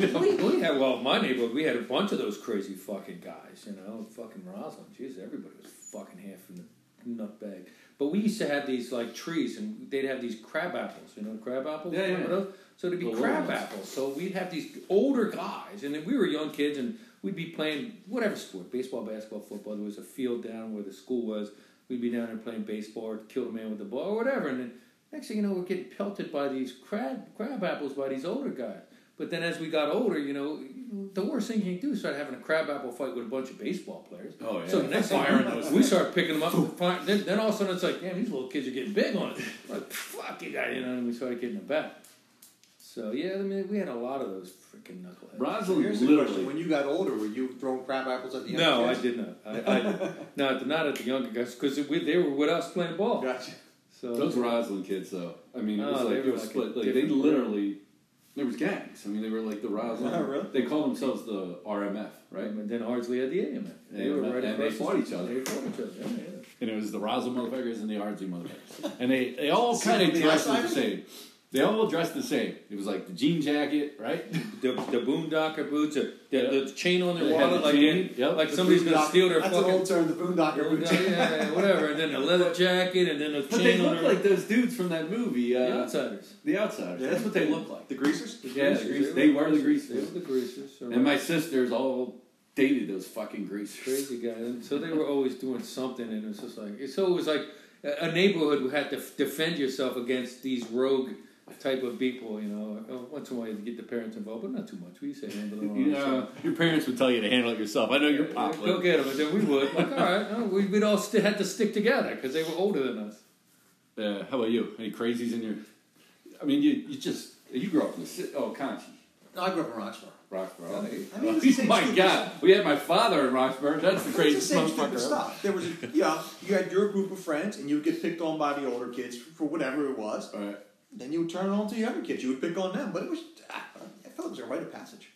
A: mean,
B: We, we had well, my neighborhood. We had a bunch of those crazy fucking guys. You know, fucking Roslyn. Jeez, everybody was fucking half in the nut bag. But we used to have these like trees, and they'd have these crab apples. You know, crab apples.
A: Yeah, yeah.
B: Remember those? So there'd be
A: The little
B: crab
A: ones.
B: apples. So we'd have these older guys, and then we were young kids, and we'd be playing whatever sport baseball, basketball, football. There was a field down where the school was. We'd be down there playing baseball, or kill a man with the ball, or whatever. And then next thing you know, we're getting pelted by these crab, crab apples by these older guys. But then as we got older, you know, the worst thing you can do is start having a crab apple fight with a bunch of baseball players.
A: Oh, yeah.
B: So next
A: Firing
B: time
A: those
B: we start picking them up, and fi- then, then all of a sudden it's like, damn, these little kids are getting big on it. Like, fuck you guys, you know. And we started getting them back. So yeah, I mean, we had a lot of those freaking knuckleheads.
A: Roslyn
D: Here's the question:
A: literally.
D: When you got older, were you throwing crab apples at the young
B: No, I
D: kids?
B: did not. I, I not not at the younger guys because they were with us playing ball.
D: Gotcha.
B: So
A: Those Roslyn kids, though. I mean, it was
B: Oh, they
A: like
B: were
A: it was
B: like a
A: split. Like they
B: different group.
A: literally. There was gangs. I mean, they were like the Roslyn.
D: Oh, really?
A: They called themselves the RMF, right?
B: and then Ardsley had the AMF. They
A: Yeah,
B: were
A: and
B: right
A: they
B: across the
A: fought each
B: street.
A: other.
B: They fought each other. Yeah, yeah.
A: And it was the Roslyn motherfuckers and the RZ motherfuckers. And they, they all kind of
D: the
A: dressed the
D: outside?
A: same. They all dressed the same. It was like the jean jacket, right?
B: the, the boondocker boots, or the,
A: Yeah.
B: the chain on their
A: They had
B: wallet,
A: the
B: like
A: chain, yep.
B: like
A: The
B: somebody's gonna
D: Boondock-
B: steal their
D: That's
B: fucking
D: an old term, the boondocker route.
B: boondock- yeah, yeah, whatever, and then the leather jacket, and then the
A: But they
B: chain on
A: look
B: their
A: like those dudes from that movie, uh,
B: the outsiders.
A: The Outsiders.
D: Yeah.
A: That's what they look like.
D: The greasers?
A: Yeah, the grease- they were the
B: They
A: greasers.
B: were the greasers. so-
A: And my sisters all dated those fucking greasers.
B: crazy guy. And so they were always doing something, and it's just like so. It was like a- a neighborhood who had to f- defend yourself against these rogue type of people. You know, Uh, once in a while you get the parents involved, but not too much. We used to handle them. all
A: You know,
B: ourselves.
A: your parents would tell you to handle it yourself. I know your pop
B: Go
A: would.
B: get them, and then we would. Like, all right, no, we, we'd all st- had to stick together because they were older than us.
A: Uh, how about you? Any crazies in your? I mean, you you just you grew up in the city. Oh, Conchi,
D: No, I grew up in Roxbury.
A: Roxborough.
D: I mean, it's the same
A: my
D: stupid
A: God, we had my father in Roxborough. That's the
D: it's
A: craziest
D: the same stupid
A: motherfucker. ever.
D: stuff. There was, a, you know, you had your group of friends, and you would get picked on by the older kids for whatever it was.
A: All right.
D: Then you would turn it on to the younger kids. You would pick on them, but it was, ah, I felt it was a rite of passage.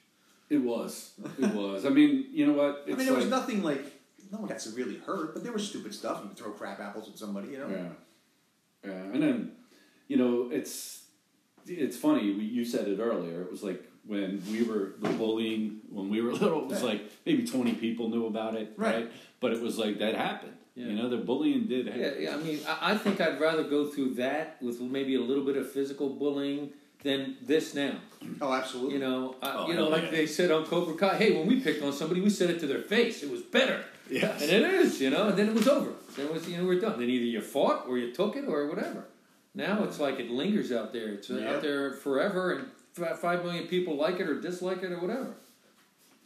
A: It was. It was. I mean, you know what?
D: I
A: It's
D: mean, there was
A: like-
D: nothing like no one got severely hurt, but there was stupid stuff. You would throw crab apples at somebody, you know.
A: Yeah. Yeah. And then, you know, it's it's funny. We, you said it earlier. It was like when we were the bullying when we were little. It was
D: Yeah.
A: like maybe twenty people knew about it, right?
D: Right.
A: But it was like that happened.
B: Yeah.
A: You know, the bullying did happen.
B: Yeah, yeah. I mean, I, I think I'd rather go through that with maybe a little bit of physical bullying than this now.
D: Oh, absolutely.
B: You know, I,
A: Oh,
B: you know,
A: hell
B: like
A: yeah.
B: they said on Cobra Kai. Hey, when we picked on somebody, we said it to their face. It was better.
A: Yes.
B: and it is. You know, and then it was over. Then it was you know we're done. Then either you fought or you took it or whatever. Now it's like it lingers out there. It's
D: Yep.
B: out there forever, and f- five million people like it or dislike it or whatever.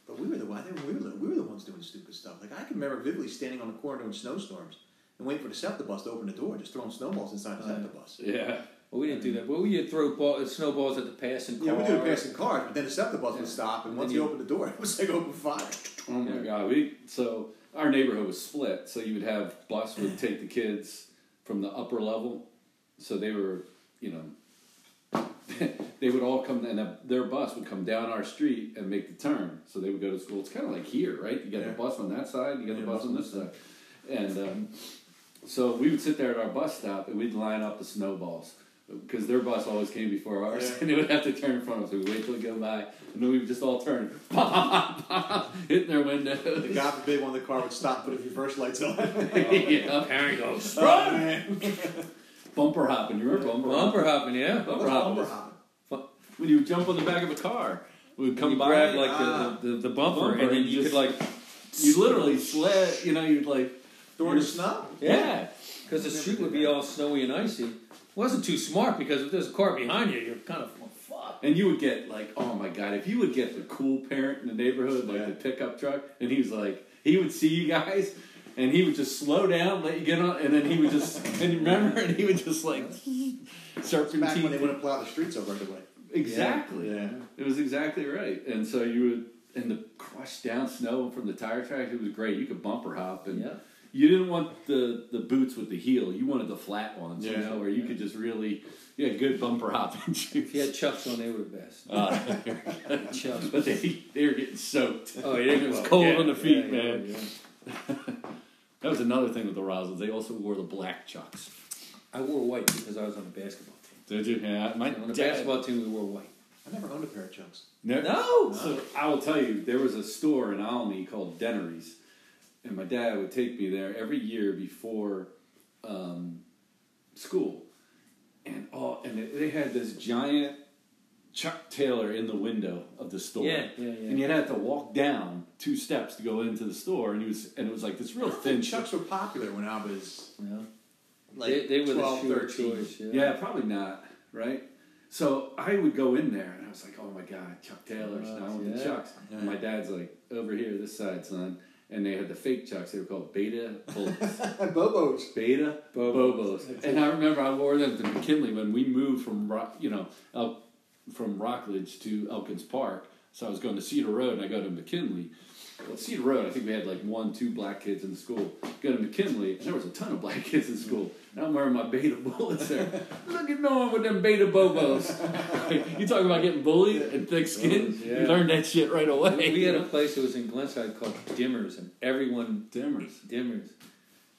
D: But we were the one. We were the, we were the ones doing stupid stuff. Like I can remember vividly standing on the corner doing snowstorms and waiting for the SEPTA bus to open the door, just throwing snowballs inside the
B: Oh, yeah.
D: SEPTA bus.
A: Yeah.
B: Well, we didn't do that. Well, we would throw ball, uh, snowballs at the passing car.
D: Yeah, we did a passing cars, but then the SEPTA bus
B: Yeah.
D: would stop, and
B: And
D: once
B: then
D: you
B: you-
D: opened the door, it was like open fire.
A: Oh my
B: Yeah.
A: god. We so our neighborhood was split. So you would have bus would take the kids from the upper level. So they were, you know, they would all come, and a, their bus would come down our street and make the turn. So they would go to school. It's kind of like here, right? You got
D: Yeah.
A: the bus on that side, you got
D: Yeah,
A: the bus on this side. And um, so we would sit there at our bus stop and we'd line up the snowballs. Because their bus always came before ours,
D: Yeah.
A: and they would have to turn in front of us. We'd wait till it go by, and then we'd just all turn, pop, pop, hitting their windows.
D: The God forbid one of the car would stop, put a few first lights on.
A: yeah.
B: There he goes.
D: Oh, man.
A: Bumper hopping. You remember bumper hopping?
B: Bumper hopping, yeah.
A: Bumper
D: What's
A: hopping
D: bumper
A: was-
D: hopping?
A: When you jump on the back of a car, it would come
B: you
A: by.
B: grab like
D: ah,
B: the, the, the bumper,
A: bumper,
B: and then
A: and
B: you
A: just-
B: could like
A: you literally sled. You know, you'd like
D: During the snow?
A: yeah.
B: because the street would be all snowy and icy. Wasn't too smart because if there's a car behind you, you're kind of well, fuck.
A: And you would get like, oh my god, if you would get the cool parent in the neighborhood, like
D: Yeah.
A: the pickup truck, and he was like, he would see you guys, and he would just slow down, let you get on, and then he would just, and you remember, and he would just like
D: Back when they
A: serpentine.
D: wouldn't plow the streets over the way.
A: Exactly.
D: Yeah.
A: It was exactly right. And so you would, and the crushed down snow from the tire tracks, it was great. You could bumper hop, and
B: Yeah.
A: you didn't want the, the boots with the heel. You wanted the flat ones, you
D: Yeah.
A: know, where you could just really, you had good bumper hopping shoes.
B: If you had chucks on, they were the best.
A: Uh,
B: Chucks.
A: but they, they were getting soaked.
B: Oh, yeah,
A: It was cold on the feet,
B: yeah,
A: man.
B: yeah.
A: That was another thing with the Rosals. They also wore the black chucks.
B: I wore white because I was on the basketball team.
A: Did you? Yeah, my
B: On the
A: dad.
B: basketball team, we wore white.
D: I never owned a pair of chunks.
A: No.
B: No.
A: So I will tell you, there was a store in Almy called Dennery's, and my dad would take me there every year before um, school, and all and they- they had this giant Chuck Taylor in the window of the store.
B: Yeah, yeah, yeah.
A: And you'd have to walk down two steps to go into the store, and it was and it was like this real thin
D: Thin
A: Chuck.
D: chucks were popular when I was
B: No.
D: like
B: they, they were
D: 12,
B: the shoe of
D: 13.
B: choice. Yeah.
A: Yeah, probably not. Right. So I would go in there and I was like, "Oh my God, Chuck Taylor's now with the
B: Yeah.
A: Chucks." And my dad's like, "Over here, this side, son." And they had the fake Chucks. They were called Beta Bullets.
D: Bobos.
A: Beta Bobos.
B: Bobos.
A: And I remember I wore them to McKinley when we moved from Rock, you know, El- from Rockledge to Elkins Park. So I was going to Cedar Road and I go to McKinley. Well, Cedar Road, I think we had like one, two black kids in school. Go to McKinley, and there was a ton of black kids in school. And I'm wearing my beta bullets there. Look at no one with them beta bobos. you talking about getting bullied and thick skin?
B: Bullies, Oh, yeah.
A: You learned that shit right away.
B: We, we had a place that was in Glenside called Dimmers, and everyone
A: dimmers.
B: Dimmers.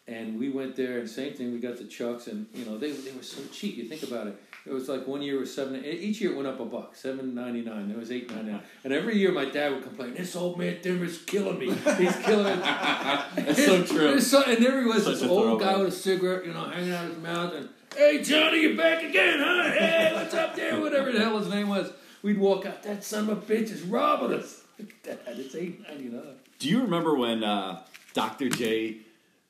B: And we went there, and same thing. We got the chucks, and you know they, they were so cheap. You think about it. It was like one year was seven. e- Each year it went up a buck, seven ninety nine. There was eight ninety nine, and every year my dad would complain, "This old man Dimmer's killing me. He's killing me."
A: That's so true.
B: There's so- and there he was,
A: Such
B: this
A: a
B: old guy
A: throwback.
B: with a cigarette, you know, hanging out his mouth, and hey, Johnny, you back again, huh? Hey, what's up there? Whatever the hell his name was. We'd walk out. That son of a bitch is robbing us. Dad, it's eight ninety nine.
A: Do you remember when uh, Dr. J,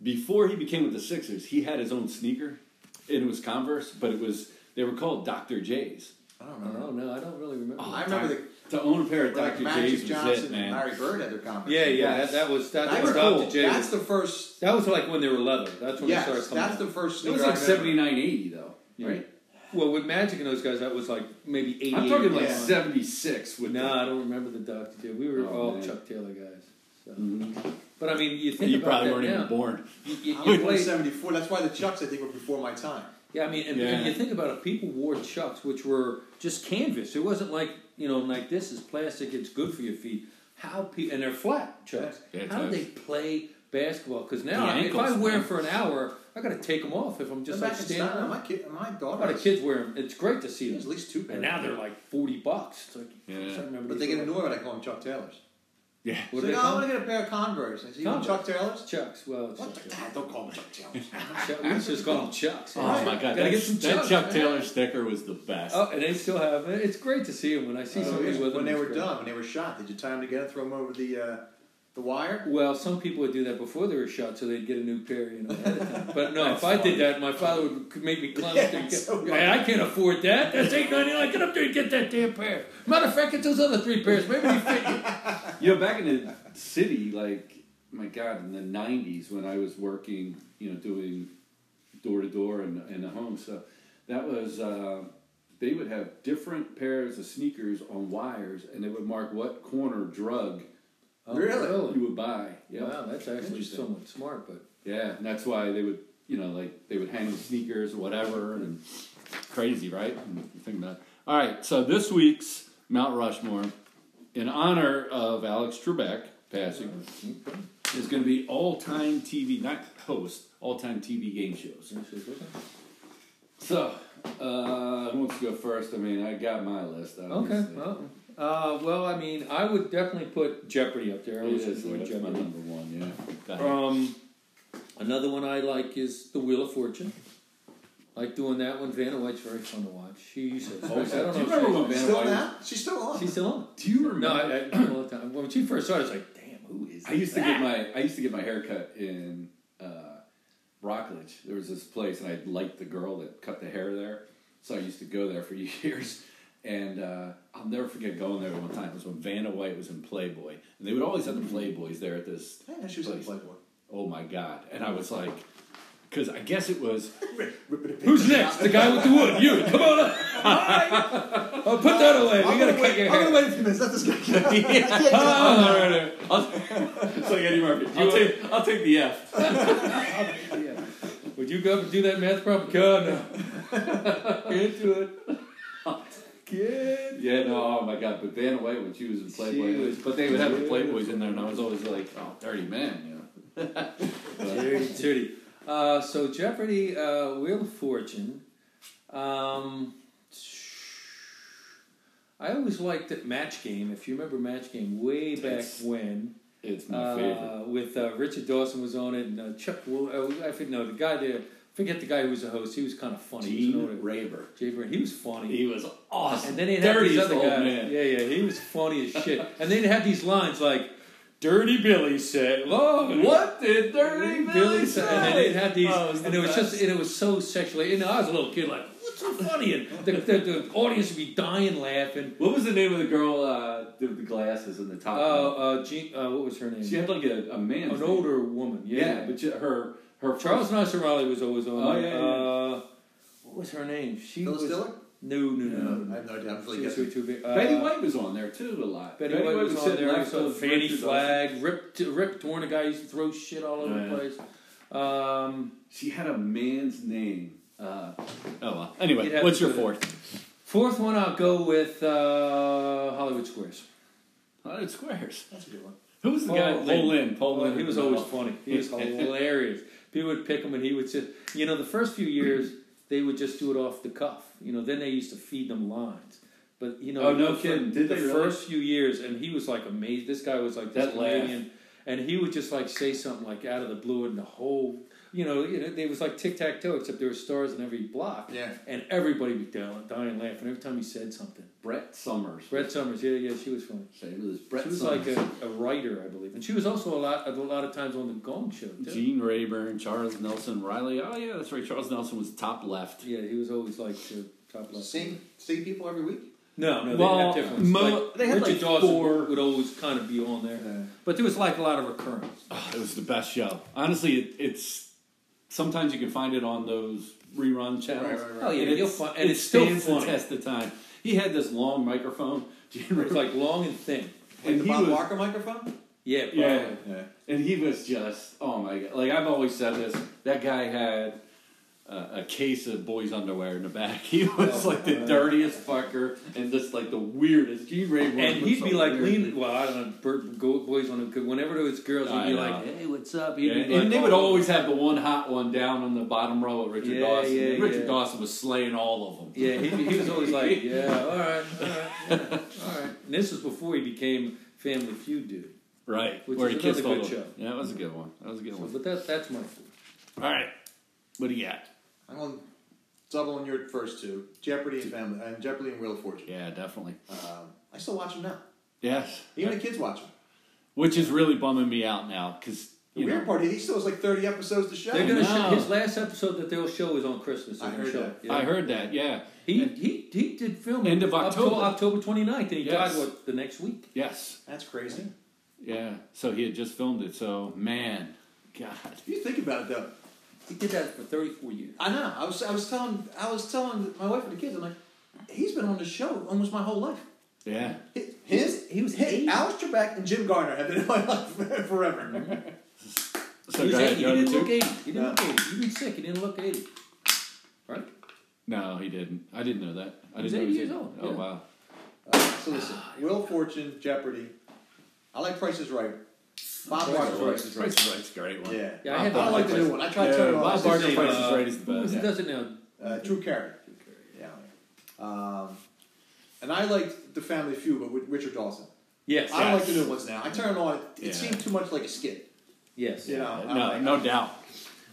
A: before he became with the Sixers, he had his own sneaker, and it was Converse, but it was they were called Dr. J's.
D: I don't remember.
B: No, no, I don't really remember.
D: I remember the,
A: To own a pair of
D: like
A: Dr.
D: Magic
A: J's was
D: Johnson
A: it,
D: and
A: man.
D: Larry Bird had their conference.
B: Yeah, yeah,
A: Yes.
B: that, that was that,
D: That
B: was
D: was
B: Dr.
D: cool.
B: J.
D: That's the first.
B: that was like when they were leather. That's when they started
D: Yes,
B: coming.
D: that's
B: out.
D: the first
A: It was
D: sneaker.
A: like
D: I remember.
A: 7980 though, right?
B: well, with Magic and those guys, that was like maybe eighty.
A: I'm talking like
D: Yeah.
A: 76 with
B: No, I don't remember the Dr. J. We were
A: Oh,
B: all
A: man.
B: Chuck Taylor guys. So.
A: Mhm.
B: But I mean, you
A: the,
B: think
A: you
B: about
A: probably
B: that
A: weren't
B: now.
A: even born.
B: You, you,
D: Mm-hmm. I
B: you
D: was born in
B: played-
D: 74. That's why the Chucks, I think, were before my time.
B: Yeah, I mean, and,
A: Yeah.
B: and you think about it, people wore chucks, which were just canvas. It wasn't like you know, like this is plastic. It's good for your feet. How pe- and they're flat chucks.
A: Yeah,
B: How do
A: chucks.
B: they play basketball? Because now,
A: The
B: I mean, if I
A: ankles,
B: wear
A: man.
B: them for an hour, I got to take them off if I'm just
D: Back
B: like
D: in
B: standing.
D: Stein-
B: around.
D: my kid, my
B: How
D: daughter.
B: about the kids wear them? It's great to see
D: There's at
B: them.
D: least two pairs.
B: And now they're like forty bucks. It's like,
A: Yeah.
B: I can't remember
D: But they
B: these
D: get
B: were.
D: annoyed when I call them Chuck Taylors.
A: Yeah.
B: What
D: so,
B: are they
D: no, I
B: called?
D: want to get a pair of Converse. I say, you want Chuck
B: Converse.
D: Taylors?
B: Chucks. Well, it's
D: What
B: just-
D: the? God, don't call them Chuck Taylors.
B: Chuck- we just call them chucks.
A: Oh
B: Right.
A: my god,
B: Gotta
A: that,
B: get some
A: that
B: chucks.
A: Chuck Taylor sticker was the best.
B: Oh, and they still have. it. It's great to see them when I see
D: So
B: somebody
D: here's-
B: with them.
D: Oh, when they
B: it's
D: were
B: great.
D: done, when they were shot, did you tie them together, throw them over the uh, the wire?
B: Well, some people would do that before they were shot, so they'd get a new pair, you know. ahead of time. But no, if
A: That's
B: I
A: funny.
B: did that, my father would c- make me climb up there.
D: Yeah,
B: And get,
D: so
B: Man, I can't afford that. That's eight ninety nine. Get up there and get that damn pair. Matter of fact, get those other three pairs. Maybe they fit you.
A: You know, back in the city, like my God, in the '90s when I was working, you know, doing door to door and and the home stuff, that was uh, they would have different pairs of sneakers on wires, and they would mark what corner drug
B: Oh,
D: Really?
A: you would buy. Yeah,
B: Wow, that's actually
D: Interesting.
B: somewhat smart, but
A: yeah, and that's why they would, you know, like they would hang the sneakers or whatever, and crazy, right? And you think about. All right, so this week's Mount Rushmore, in honor of Alex Trebek passing, is going to be all-time TV not host, all-time TV game shows. So, uh, who wants to go first? I mean, I got my list. Obviously.
B: Okay. Well, uh, well, I mean, I would definitely put Jeopardy up there. I
A: It
B: always
A: is,
B: enjoy
A: that's my number one. Yeah. Go ahead.
B: Um, another one I like is The Wheel of Fortune. Like doing that one. Vanna White's very fun to watch. She used to.
A: Always
B: I don't
A: had-
B: know
A: Oh, Do you remember when
B: if she's-
A: Vanna-
D: Still
A: why-
D: now? She's still on.
B: She's still on.
A: Do you remember?
B: No, I, I, all the time. When she first started, I was like, damn, who is
A: I used to get
B: that?
A: my I used to get my hair cut in uh, Rockledge. There was this place, and I liked the girl that cut the hair there, so I used to go there for years. And uh, I'll never forget going there one time. It was when Vanna White was in Playboy, and they would always have the Playboys there at this.
D: yeah, she was on
A: place.
D: Playboy.
A: Oh my god! And I was like, because I guess it was
B: Who's next? The guy with the wood. You. Come on up. Oh, put that away. we got
D: I'm gonna
B: to cut
D: wait.
B: your
D: I'm gonna
B: hair.
D: wait a few minutes. Let this guy get out.
A: Oh, no, no, no. I'll- it's like Eddie Murphy. I'll take I'll take the F.
B: Yeah. Would you go up and do that math problem? Come now. Get to it. Get.
A: Yeah, no, oh my god! But Vanna White when she was in Playboy,
B: was
A: but they would have the
B: beautiful.
A: Playboys in there, and I was always like, oh, dirty man, you know.
B: Dirty, dirty. Uh, so Jeopardy, uh, Wheel of Fortune. Um, I always liked it, Match Game. If you remember Match Game, way back
A: That's
B: when,
A: It's my favorite.
B: uh, with uh, Richard Dawson was on it, and uh, Chuck. Wo- uh, I forget no the guy there. Forget the guy who was the host. He was kind of funny. He was an older-
A: Raver.
B: Jay Brand. He was funny.
A: He was awesome.
B: And then they'd have
A: Dirty
B: these other
A: old
B: guys.
A: man.
B: Yeah, yeah, he was funny as shit. and they'd have these lines like, "Dirty Billy said, oh,
A: What did Dirty Billy say?
B: And then they'd have these,
A: Oh, it was the
B: and it was
A: best.
B: just, and it was so sexually. And I was a little kid, like, what's so funny? And the, the, the audience would be dying laughing.
A: What was the name of the girl uh, with the glasses and the top?
B: Oh, uh, Jean, uh, what was her name?
A: she had like a, a man's
B: An
A: name.
B: older woman.
A: Yeah,
B: Yeah,
A: but she, her her
B: Charles Nasserali was always on.
A: Oh,
B: it.
A: yeah, yeah.
B: Uh, what was her name? She
D: Phyllis
B: was
D: Diller?
B: no, no, no, no.
D: I have no idea. I'm really
B: She was
D: guessing.
B: too big. Uh,
A: Betty White was on there too a lot.
B: Betty, White was, on
A: sitting
B: there.
A: left
B: also
A: of
B: Fanny
A: Richard
B: Flag, Rip, Rip Torn, a guy who used to throw shit all over
A: Oh, yeah.
B: the place. Um,
A: She had a man's name. Uh, oh well.
B: You'd
A: Anyway,
B: have
A: what's
B: to
A: your
B: put it-
A: fourth?
B: fourth one, I'll go with uh, Hollywood Squares.
A: Hundred squares.
D: That's a good one.
A: Who was the
B: Oh,
A: guy?
B: Lynn.
A: Lynn. Paul
B: Oh,
A: Lynn.
B: he was always funny. He was hilarious. People would pick him, and he would just, you know, the first few years they would just do it off the cuff. You know, then they used to feed them lines. But you know,
A: Oh, no
B: the fir-
A: kidding. Did
B: the
A: they really?
B: first few years, and he was like amazed. This guy was like this
A: That laugh.
B: comedian, and he would just like say something like out of the blue, and the whole, you know, you know, it was like tic tac toe, except there were stars in every block,
D: Yeah.
B: and everybody would dying, dying laughing every time he said something.
A: Brett Summers.
B: Brett Summers, yeah, yeah, she was funny.
A: Same as Brett
B: She was
A: Summers.
B: like a, a writer, I believe, and she was also a lot a lot of times on the Gong Show too.
A: Gene Rayburn, Charles Nelson, Riley. Oh yeah, that's right. Charles Nelson was top left.
B: Yeah, he was always like the top left.
D: Same same people every week.
B: No, no,
A: Well,
B: they had different. ones.
A: mo-
B: like,
A: they had,
B: Richard
A: like,
B: Dawson
A: four-
B: would always kind of be on there,
D: Yeah.
B: but there was like a lot of recurrence.
A: Oh, it was the best show. Honestly, it, it's sometimes you can find it on those rerun channels.
D: Right, right, right.
B: Oh, yeah,
A: and it's,
B: you'll find- and
A: it
B: it's still
A: stands the
B: funny.
A: test of time. He had this long microphone, Gene
B: It was
A: Rayburn,
B: like long and thin.
D: Like the
A: he
D: Bob
A: was,
D: Barker microphone.
B: Yeah,
A: yeah,
B: probably.
D: Yeah.
A: and he was just oh my god. Like I've always said this, that guy had. Uh, a case of boys' underwear in the back. He
B: Oh,
A: was like the dirtiest fucker and just like the weirdest. Gene Rayburn,
B: And
A: was
B: he'd
A: so
B: be like
A: weird.
B: leaning. Well, I don't know. Bert, go, boys on a good. Whenever there was girls, he'd
A: I
B: be
A: know.
B: like, "Hey, what's up?" He'd
A: Yeah,
B: be
A: and
B: like,
A: they would
B: "Oh."
A: always have the one hot one down on the bottom row at Richard
B: Yeah,
A: Dawson.
B: yeah,
A: Richard
B: yeah.
A: Dawson was slaying all of them.
B: Yeah, he, he was always like, "Yeah, all right, all right, yeah, all right." And this was before he became Family Feud dude.
A: Right.
B: Which
A: where
B: is
A: he kissed
B: another
A: all
B: good
A: of them. Yeah, that was a good one. That was a good
B: So,
A: one.
B: but that that's my food.
A: All right. What do you got?
D: I'm gonna double on your first two: Jeopardy and Family, and Jeopardy and Wheel of Fortune.
A: Yeah, definitely.
D: Um, I still watch them now.
A: Yes.
D: Even the kids watch them.
A: Which is really bumming me out now because
D: The
A: you
D: weird
A: know,
D: part is he still has like 30 episodes to show.
B: They're gonna
A: no.
B: show, his last episode that they'll show is on Christmas. They're
D: I
B: gonna
D: heard
B: show
D: that.
B: it, yeah.
A: I heard that. Yeah.
B: He,
A: And-
B: he he did film
A: End
B: it
A: of
B: up till
A: October.
B: October 29th, and he
A: Yes.
B: died what the next week.
A: yes.
D: That's crazy.
A: Yeah. So he had just filmed it. So man, God.
D: If you think about it though,
B: He did that for 34 years.
D: I know. I was I was telling I was telling my wife and the kids. I'm like, he's been on the show almost my whole life.
A: Yeah.
D: His
B: He was
D: his,
B: eight.
D: Alex Trebek and Jim Garner have been in my life forever.
A: So
B: he,
A: go
B: was
A: ahead. you
B: 80. he
A: want
B: didn't
A: to-
B: look 80. He didn't
D: No.
B: look 80. He been sick. He didn't look 80. Right?
A: No, he didn't. I didn't know that. I
B: He was
A: didn't know
B: 80
A: he
B: years
A: did.
B: old,
A: Oh
B: yeah.
A: wow.
D: Uh, so listen,
A: Ah,
D: Wheel of Fortune, Jeopardy. I like Price is Right. Bob Barker.
A: Price is Right. Price is Right's a great one.
D: Yeah.
B: Yeah, I had
D: I
B: that.
D: like the new one. I tried to turn it
A: Bob
D: off.
A: Barker
D: It's the same,
A: Price is
D: uh,
A: Right is the
B: Who
A: best.
B: does it now?
D: Uh, True Carey. Yeah. Um, and I liked the Family Feud, but with Richard Dawson.
B: Yes.
D: I don't
A: Yes.
D: like the new ones now. I turn it on. It
A: Yeah.
D: seemed too much like a skit.
B: yes.
D: You know. I don't
A: No,
D: like
A: no
D: it.
A: doubt.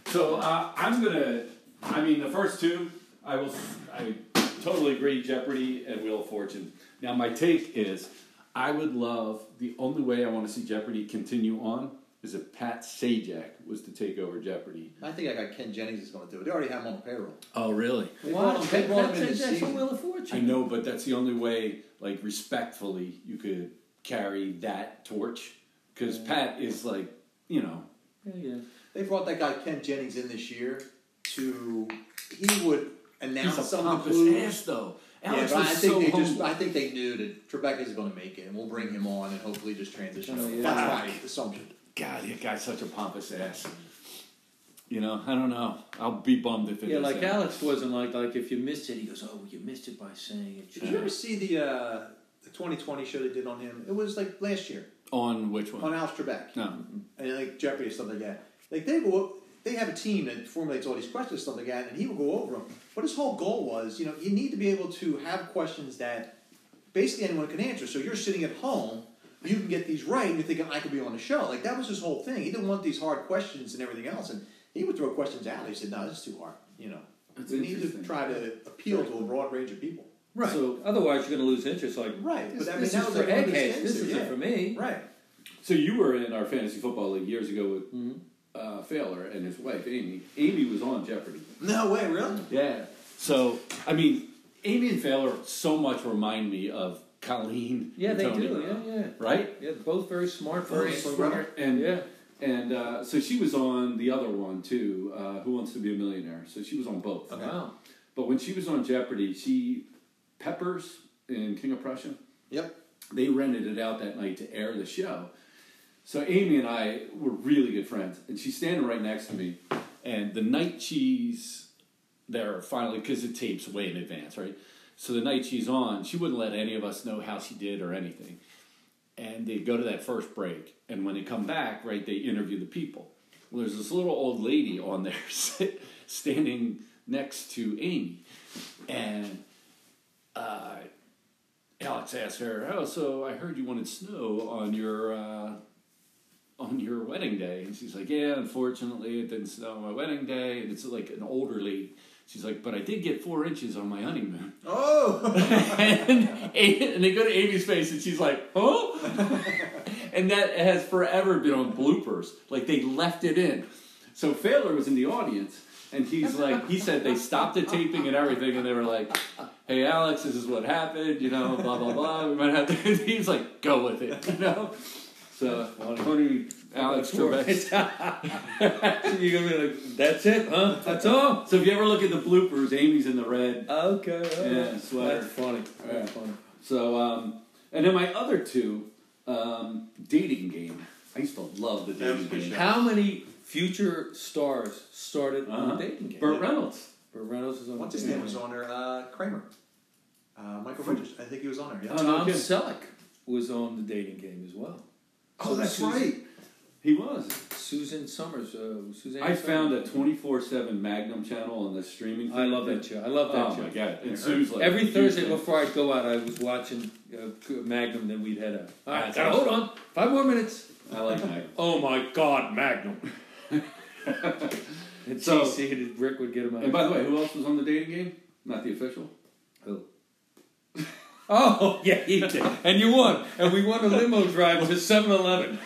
C: So uh, I'm gonna. I mean, the first two, I will. I totally agree. Jeopardy and Wheel of Fortune. Now my take is, I would love. The only way I want to see Jeopardy continue on is if Pat Sajak was to take over Jeopardy.
D: I think I got Ken Jennings is going to do it. They already have him on the payroll.
A: Oh really?
D: They brought him, they brought him in
B: That's,
D: this
B: that's from
D: season.
B: Wheel of Fortune.
A: I know, but that's the only way, like respectfully, you could carry that torch because Pat is like, you know,
B: Yeah, yeah.
D: They brought that guy Ken Jennings in this year to he would announce
A: he's a
D: some of the
A: pompous
D: clues.
A: ass though.
D: Yeah,
A: Alex
D: but I
A: was
D: think
A: so
D: they
A: humble.
D: just I think they knew that Trebek's going to make it, and we'll bring him on and hopefully just transition.
B: Oh, yeah.
D: That's my assumption.
A: God, that guy's such a pompous ass. You know, I don't know. I'll be bummed if it
B: Yeah,
A: is
B: like
A: him.
B: Alex wasn't like like if you missed it, he goes, "Oh, you missed it by saying it."
D: Did you ever see the uh, the 2020 show they did on him? It was like last year
A: On which
D: on
A: one?
D: Alex Trebek.
A: No.
D: and like Jeopardy or stuff like that. Like they go, they have a team that formulates all these questions and stuff like that, and he will go over them. But his whole goal was, you know, you need to be able to have questions that basically anyone can answer. So you're sitting at home, you can get these right, and you're thinking I could be on the show. Like that was his whole thing. He didn't want these hard questions and everything else, and he would throw questions out. He said, "No, this is too hard." You know,
A: That's
D: we need to
A: interesting.
D: try to appeal to a broad range of people.
B: Right. So otherwise, you're going to lose interest. Like,
D: Right,
B: This,
D: but I mean
B: this
D: that
B: is
D: was
B: for
D: like one of his
B: eggheads. This
D: answers,
B: isn't
D: yeah.
B: for me.
D: Right.
A: So you were in our fantasy football league years ago with
B: Mm-hmm.
A: uh, Failer and his wife Amy. Amy was on Jeopardy.
D: No way, really.
A: Yeah. So I mean, Amy and Failer so much remind me of Colleen.
B: Yeah,
A: and
B: they
A: Tony.
B: do. Yeah, yeah.
A: Right.
B: Yeah, both very smart, very
D: Both
B: smart.
A: And
B: Yeah.
A: And uh, so she was on the other one too. Uh, Who wants to be a millionaire? So she was on both.
B: Wow.
A: But when she was on Jeopardy, she Peppers in King of Prussia.
D: Yep.
A: they rented it out that night to air the show. So Amy and I were really good friends, and she's standing right next to me. And the night she's there, finally, because it tapes way in advance, right? So the night she's on, she wouldn't let any of us know how she did or anything. And they go to that first break, and when they come back, right, they interview the people. Well, there's this little old lady on there sit, standing next to Amy, and uh, Alex asked her, "Oh, so I heard you wanted snow on your uh, on your wedding day," and she's like, "Yeah, unfortunately, it didn't snow on my wedding day." And it's like an older lady. She's like, "But I did get four inches on my honeymoon."
D: Oh,
A: and, and they go to Amy's face, and she's like, "Huh?" and that has forever been on bloopers. Like they left it in. So Failer was in the audience, and he's like, he said they stopped the taping and everything, and they were like, "Hey, Alex, this is what happened. You know, blah blah blah. We might have to." He's like, "Go with it," you know. So Tony, Alex, Trebek.
B: you're going to be like, "That's it, huh? That's all."
A: So if you ever look at the bloopers, Amy's in the red.
B: Okay. all
A: Yeah,
B: right.
A: sweater.
B: That's funny.
A: Yeah.
B: That's funny.
A: So, um, and then my other two, um, dating game. I used to love the
D: That
A: dating
D: was a good
A: game.
D: show.
B: How many future stars started on
A: Uh-huh.
B: the dating game?
A: Burt Reynolds.
B: Burt Reynolds is on.
D: What's
B: the
D: his
B: dating
D: name was
B: game.
D: on there? Uh, Kramer. Uh, Michael Richards. I think he was on there. Yeah.
A: Oh, no
B: Tom
A: kidding.
B: Selleck was on the dating game as well.
D: Oh, that's right.
A: He was.
B: Susan Summers. Uh, Suzanne
A: I
B: Summers.
A: found a 24 7 Magnum channel on the streaming.
B: I love that show. I love that
A: Oh,
B: show.
A: my God. And Sue's like,
B: Every
A: huge
B: Thursday
A: fan.
B: before I'd go out, I was watching uh, Magnum. Then we'd head out. All right,
A: That's
B: gotta hold on. Five more minutes.
A: I like Magnum.
B: Oh my God, Magnum. and
A: So-
B: so, GC, Rick would get him out.
A: And by the way, who else was on the dating game? Not the official.
B: Who? oh yeah, he did. And you won. And we won a limo drive to 7-Eleven.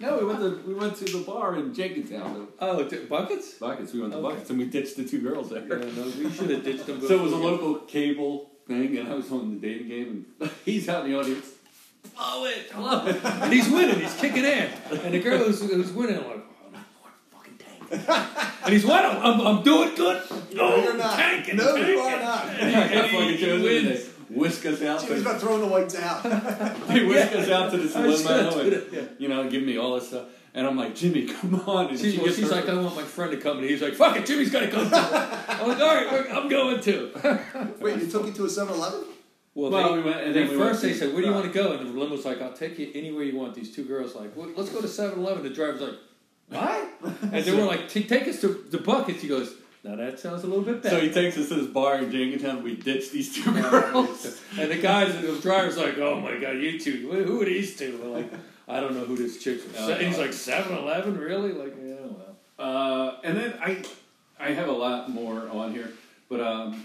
A: No, we went to we went to the bar in Jenkintown. The
B: Oh, t- buckets.
A: buckets. We went to
B: Okay.
A: buckets, and we ditched the two girls there.
B: Yeah, no, we should have ditched them.
A: So it was a local cable thing, and I was on the dating game, and he's out in the audience.
B: Blow it, blow it. And he's winning. He's kicking ass. And the girl who's, who's winning, I'm like, oh, not more fucking tank. and he's what? I'm, I'm doing good.
D: No,
B: No,
D: you're not.
B: tanking.
D: no, you
B: tanking.
D: are not.
A: That's
B: he-
A: like a
B: he
A: joke
B: wins.
A: today. Whisk us out.
D: She was
A: To,
D: about throwing the whites out.
A: they whisk us out to this
B: I was
A: limo,
B: gonna do
A: and you know, give me all this stuff. And I'm like, Jimmy, come on. And
B: She,
A: she
B: well,
A: gets
B: she's
A: her-
B: like, I want my friend to come, and he's like, "Fuck it, Jimmy's gonna come." Too. I'm like, "All right, we're- I'm going to."
D: Wait, you took you to a 7 Eleven?
B: Well,
A: Well,
B: they,
A: we went- and
B: they
A: then we went
B: first they
A: to-
B: said, "Where do you want to go?" And the was like, "I'll take you anywhere you want." These two girls like, well, "Let's go to 7-Eleven. The driver's like, "What?" And they were like, "Ta- "Take us to the buckets." He goes, "Now that sounds a little bit better."
A: So he takes us to this bar in Jenkintown. We ditch these two girls.
B: and the guys, the driver's like, "Oh my god, you two, who, who are these 2 We're like, "I don't know who this chick is."
A: No,
B: and he's
A: no.
B: like, "7-Eleven, really?" Like, yeah, well.
A: Uh, and then I, I have a lot more on here, but um,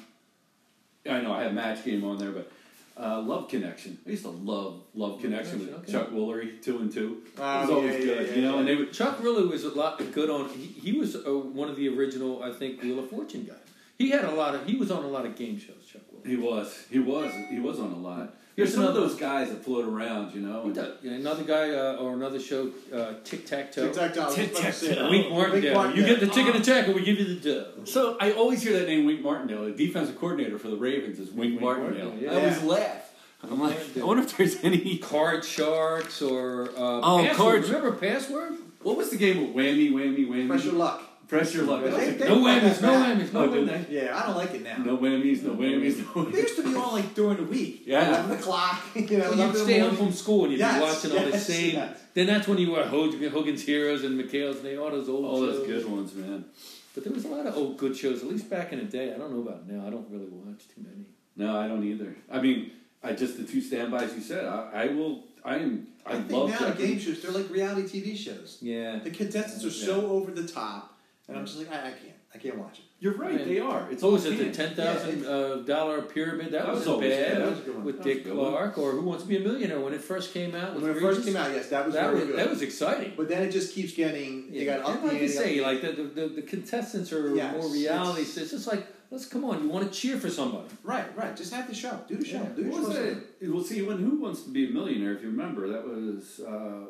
A: I know I have match game on there, but uh, Love Connection. I used to love Love Connection with
B: Connection, okay.
A: Chuck Woolery, two and two.
D: Oh,
A: it was always
D: yeah, yeah,
A: good,
D: yeah,
A: you know. And they would
B: Chuck really was a lot good on. He, he was uh, one of the original, I think, Wheel of Fortune guys. He had a lot of. He was on a lot of game shows. Chuck Willis.
A: He was. He was. He was on a lot.
B: Here's
A: There's some of
B: another-
A: those guys that float around, you know.
B: He does. Yeah, Another guy uh, or another show, uh, Tic Tac Toe.
D: Tic Tac Toe. I was about to say that.
B: Wink Martindale. You
D: Martindale.
B: get the chicken
D: Uh-huh.
B: and check, and we give you the dough.
A: So I always hear that name, Wink Martindale. The defensive coordinator for the Ravens is Wink,
B: Wink
A: Martindale.
B: Martindale,
A: I always
D: yeah.
A: laugh. I'm like, I
B: Martindale.
A: wonder if there's any.
B: Card sharks or uh,
A: Oh,
B: password.
A: cards-
B: Remember password?
A: What was the game with whammy, whammy, whammy?
D: Pressure luck.
A: Pressure luck.
D: They- they-
B: No whammies. No whammies. No
A: Oh, did
B: whammies.
D: Yeah, I don't like it now.
A: No whammies. No whammies. No
D: They
A: whammies.
D: used to be on like during the week.
A: Yeah.
D: 11 o'clock. You know,
B: Well,
D: 11
B: you'd stay
D: in the
B: home
D: morning.
B: from school and you'd
D: Yes,
B: be watching all the
D: yes,
B: same.
D: yes.
B: Then that's when you were Hogan- Hogan's Heroes and McHale's and they- all those old
A: All
B: shows.
A: those good ones, man.
B: But there was a lot of old good shows, at least back in the day. I don't know about now. I don't really watch too many.
A: No, I don't either. I mean, I just the two standbys you said. I, I will. I am. I,
D: I think
A: love
D: now the
A: Jeopardy.
D: game shows, they're like reality TV shows.
B: Yeah.
D: The contestants are so over the top, and I'm just like, I, I can't. I can't watch it.
A: You're right.
B: Man.
A: They are. It's
B: It's always
A: always
B: at the
A: a
B: ten thousand thousand dollar pyramid. That,
A: That was
B: was
A: always
B: bad.
A: good. That
D: was a good one.
B: With
A: That was a
B: Dick
A: good one.
B: Clark or Who Wants to Be a Millionaire when it first came out. With
D: When it first
B: Regis,
D: came out, yes, that was
B: that
D: very
B: was
D: good.
B: that was exciting.
D: but then it just keeps getting. They got up
B: and
D: the
B: like you
D: ante, up
B: say,
D: the
B: like the, the, the, the contestants are
D: Yes,
B: more reality. It's, it's just like let's come on. You want to cheer for somebody.
D: Right, right. Just have the show. Do the show.
B: Yeah.
D: Do the
A: What was
D: show.
A: it? Well, see, when Who Wants to Be a Millionaire, if you remember, that was uh,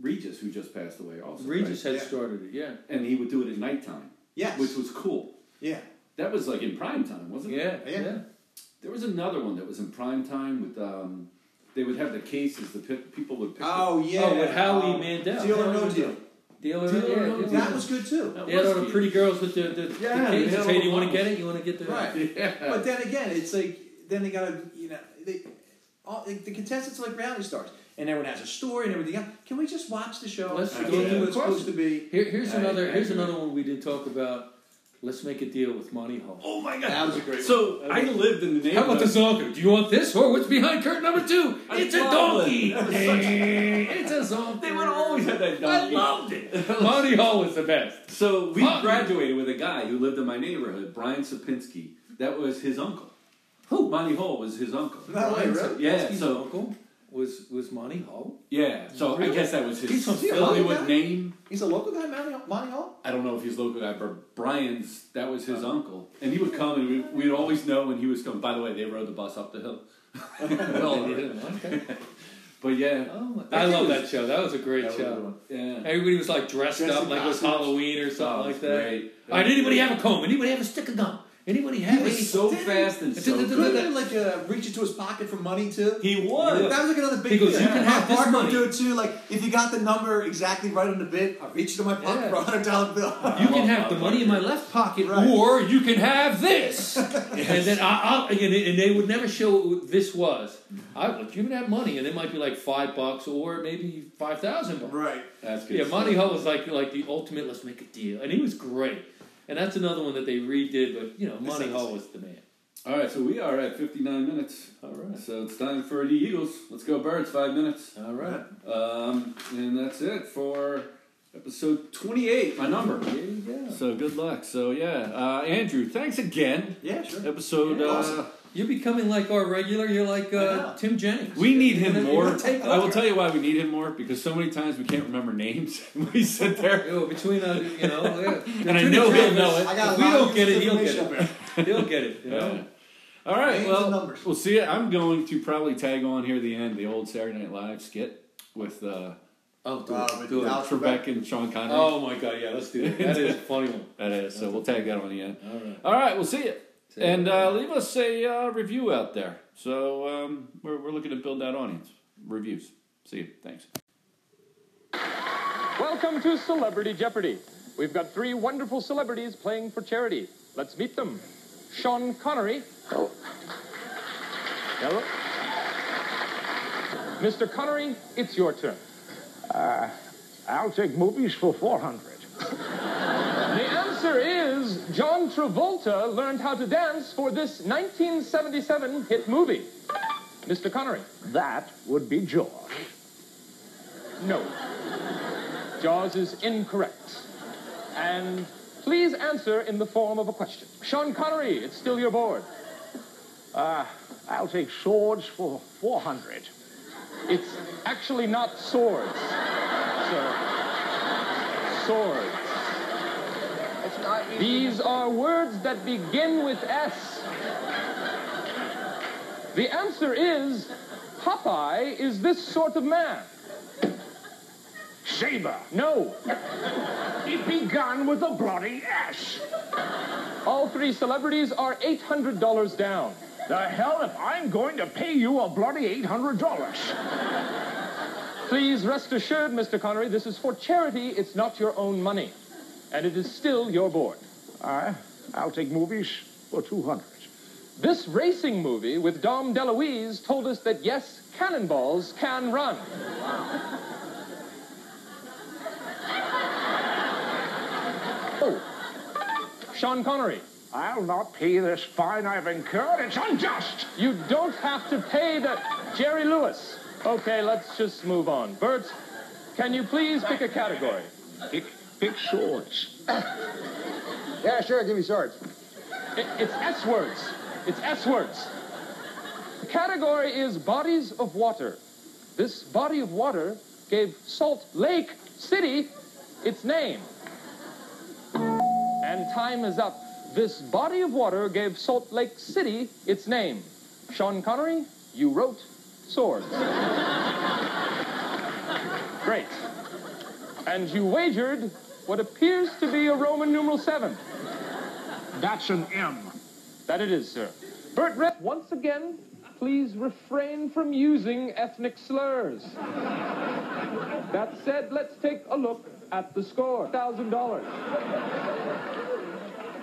A: Regis who just passed away, also.
B: Regis
A: right?
B: had
D: Yeah.
B: started it. Yeah.
A: and he would do it at nighttime,
D: Yes.
A: which was cool.
D: yeah.
A: That was like in prime time, wasn't it?
B: Yeah.
D: Yeah.
B: Yeah.
A: There was another one that was in prime time with. Um, they would have the cases. The pi- people would pick.
D: Oh yeah.
B: Oh, with Howie
D: Um,
B: Mandel.
D: Deal or no
B: Howie
D: deal.
B: Dealer.
A: Dealer,
B: yeah,
A: no
B: yeah.
A: deal.
D: That was good too.
A: That
B: They had
A: was
B: all the
A: cute.
B: pretty girls with the the,
A: Yeah,
B: the
A: they had
B: cases.
A: all
B: Hey,
A: the
B: do you want to
A: models.
B: get it? You want to get the
D: Right.
A: Yeah.
D: But then again, it's like then they gotta you know they all like, the contestants are like reality stars, and everyone has a story and everything else. Can we just watch the show?
B: Let's
D: and
A: do
D: do
A: it.
D: what it's supposed to be.
B: Here, here's
A: I-
B: another.
A: I
B: here's
A: agree.
B: another one we did talk about. Let's make a deal with Monty Hall.
A: Oh my god.
D: That was a great
A: So I lived in the neighborhood.
B: How about the zonker? Do you want this or what's behind curtain number two?
A: I
B: it's a
A: love
B: donkey.
A: it. That was such-
B: it's a zonker.
A: They would always have that donkey.
B: I loved it. Monty Hall was the best.
A: So we
B: Huh.
A: graduated with a guy who lived in my neighborhood, Brian Sapinski. That was his uncle. Who? Monty Hole was his uncle.
D: No way, really?
A: Yeah,
B: His
A: so
B: uncle was was Monty Hall.
A: yeah, so I
B: Really?
A: guess that was his
B: He's from
A: Philly
D: Philly,
A: with
D: guy?
A: name.
D: He's a local guy, Monty Monty Hall.
A: I don't know if he's local guy, but Brian's that was
B: Oh.
A: his uncle, and he would come, and we'd, we'd always know when he was coming. By the way, they rode the bus up the hill. Well, yeah.
B: Okay.
A: but yeah,
B: Oh,
A: I
B: I love
A: think it
B: that show. That was a great
D: That was a good
B: show.
D: one.
A: yeah.
B: Everybody was like dressed
D: Dressed
B: up
D: in
B: like it was
D: costumes.
B: Halloween or something
A: Oh,
B: like
A: it's
B: that.
A: great.
B: All right, anybody have a comb? Anybody have a stick of gum? Anybody have
A: He
B: any-
A: was so
D: Didn't-
A: fast and so
B: Didn't-
A: good.
D: Couldn't he like uh, reach into his pocket for money too?
A: He
D: That
A: was.
D: was like another big
B: He goes,
D: deal.
B: "You can have this
D: Parker would
B: money."
D: do it too. Like if you got the number exactly right on the bid, I reached into my pocket
B: Yeah.
D: for a hundred dollar bill.
B: You can have the money in my left pocket,
D: Right.
B: or you can have this. And then I, I'll, and, they- and they would never show what this was. I would give me that money, and it might be like five bucks or maybe five thousand bucks.
D: right.
A: That's good.
B: Yeah,
A: stuff.
B: Monty Hall was like like the ultimate. Let's make a deal, and he was great. And that's another one that they redid, but you know, Monty Hall was the man.
A: All right, so we are at 59 minutes.
B: All right,
A: So it's time for the Eagles. Let's go, Birds. Five minutes.
B: all right.
A: Um, and that's it for episode 28, my number.
B: There you go.
A: So good luck. So yeah, uh, Andrew, thanks again.
D: Yeah, sure.
A: Episode.
D: Yeah,
A: uh,
D: awesome.
B: You're becoming like our regular. You're like uh,
D: know.
B: Tim Jennings.
A: We need
B: You're
A: him
B: gonna-
A: more.
B: you're gonna take
A: I will
B: over.
A: tell you why we need him more because so many times we can't remember names. we sit there.
B: Yo, between uh, you know, yeah.
A: And I know he'll
B: Between
A: know it.
D: I got
B: If
D: a
B: we
D: lot of
B: don't get it, he'll get
D: information
B: it.
D: over here.
B: He'll get it. You know?
A: Yeah. All right.
D: Names and
A: well,
D: numbers.
A: we'll see. I'm going to probably tag on here at the end the old Saturday Night Live skit with uh,
B: Oh, do
D: Uh,
B: it.
D: with
B: Do it.
D: Al
A: Trebek and Sean Connery.
B: Oh my god, yeah, let's do that. That is a funny one.
A: That is. So we'll tag that on the end.
B: All right.
A: All right, we'll see it.
B: See ya.
A: And uh, leave us a uh, review out there. So um, we're, we're looking to build that audience. Reviews. See you. Thanks.
E: Welcome to Celebrity Jeopardy. We've got three wonderful celebrities playing for charity. Let's meet them. Sean Connery. Hello. Mr. Connery, it's your turn.
F: Uh, I'll take movies for 400.
E: The answer is John Travolta learned how to dance for this 1977 hit movie. Mr. Connery.
F: That would be George.
E: No. Jaws is incorrect. And please answer in the form of a question. Sean Connery, it's still your board. Uh,
F: I'll take swords for 400.
E: It's actually not swords, sir. Swords. These are words that begin with S. The answer is Popeye is this sort of man.
F: Saber.
E: No.
F: It begun with a bloody S.
E: All three celebrities are $800 down.
F: The hell if I'm going to pay you a bloody $800.
E: Please rest assured, Mr. Connery, this is for charity. It's not your own money. And it is still your board.
F: I, I'll take movies for 200.
E: This racing movie with Dom DeLuise told us that yes, cannonballs can run. Oh. Sean Connery,
F: I'll not pay this fine I've incurred. It's unjust.
E: you don't have to pay the Jerry Lewis. Okay, let's just move on. Bert, can you please pick a category?
F: Pick, pick swords.
G: Yeah, sure, give me swords.
E: It, it's S words. It's S words. The category is bodies of water. This body of water gave Salt Lake City its name. And time is up. This body of water gave Salt Lake City its name. Sean Connery, you wrote swords. Great. And you wagered what appears to be a Roman numeral seven.
F: That's an M.
E: That it is, sir. Bert Red, once again, please refrain from using ethnic slurs. that said, let's take a look at the score. Thousand dollars.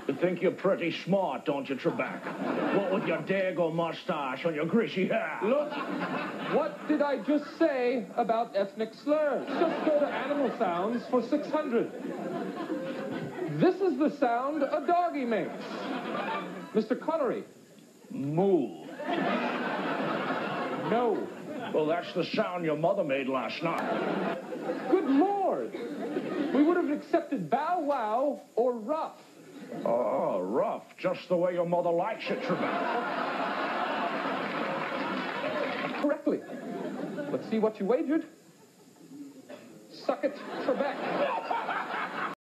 F: You think you're pretty smart, don't you, Trebek? What with your dago mustache and your greasy hair?
E: Look, what did I just say about ethnic slurs? Just go to animal sounds for 600. This is the sound a doggy makes. Mr. Connery,
F: Moo.
E: no.
F: Well, that's the sound your mother made last night.
E: Good lord. We would have accepted bow wow or rough.
F: Oh, rough, just the way your mother likes it, Trebek.
E: correctly. Let's see what you wagered. Suck it, Trebek.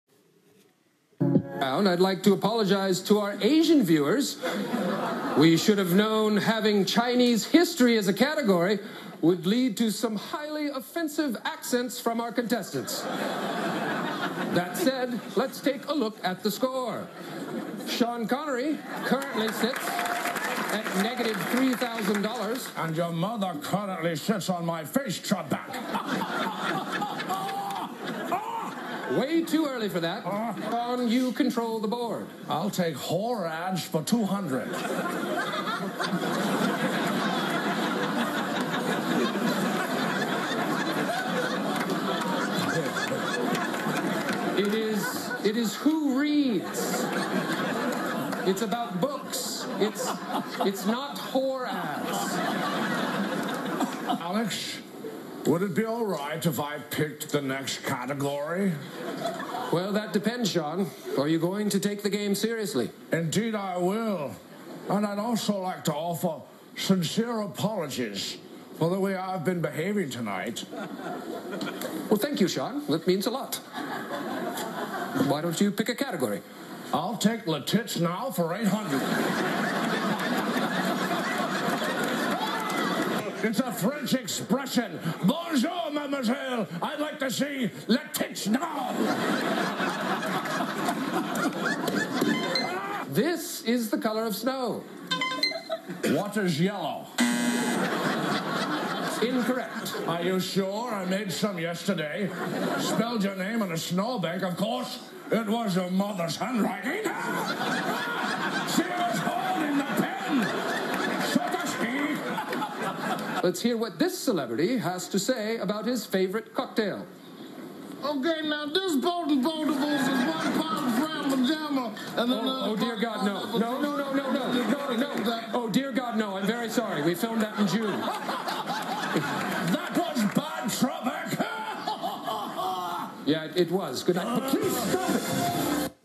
H: round, I'd like to apologize to our Asian viewers. We should have known having Chinese history as a category would lead to some highly offensive accents from our contestants. That said, let's take a look at the score. Sean Connery currently sits at negative $3,000.
F: And your mother currently sits on my face, Trebek.
H: Way too early for that. Sean, you control the board.
F: I'll take whore ads for 200.
H: It is it is who reads. It's about books. It's it's not whore ads.
F: Alex, would it be all right if I picked the next category?
H: Well, that depends, Sean. Are you going to take the game seriously?
F: Indeed, I will. And I'd also like to offer sincere apologies for the way I've been behaving tonight.
H: Well, thank you, Sean. That means a lot. Why don't you pick a category?
F: I'll take the tits now for 800. It's a French expression. Bonjour, mademoiselle. I'd like to see la tits now.
H: This is the color of snow.
F: Water's yellow.
E: Incorrect.
F: Are you sure? I made some yesterday. Spelled your name on a snowbank, of course. It was your mother's handwriting. she was holding the pen. So does he.
E: Let's hear what this celebrity has to say about his favorite cocktail.
I: Okay, now this Bolton Boltables is one pound brown pajama, and then uh,
E: Oh, oh dear God, no. No, no, no, no, no, no, no. Oh dear God, no. I'm very sorry. We filmed that in June.
F: That was bad, Trebek.
E: Yeah, it, it was. Good night. But please stop it.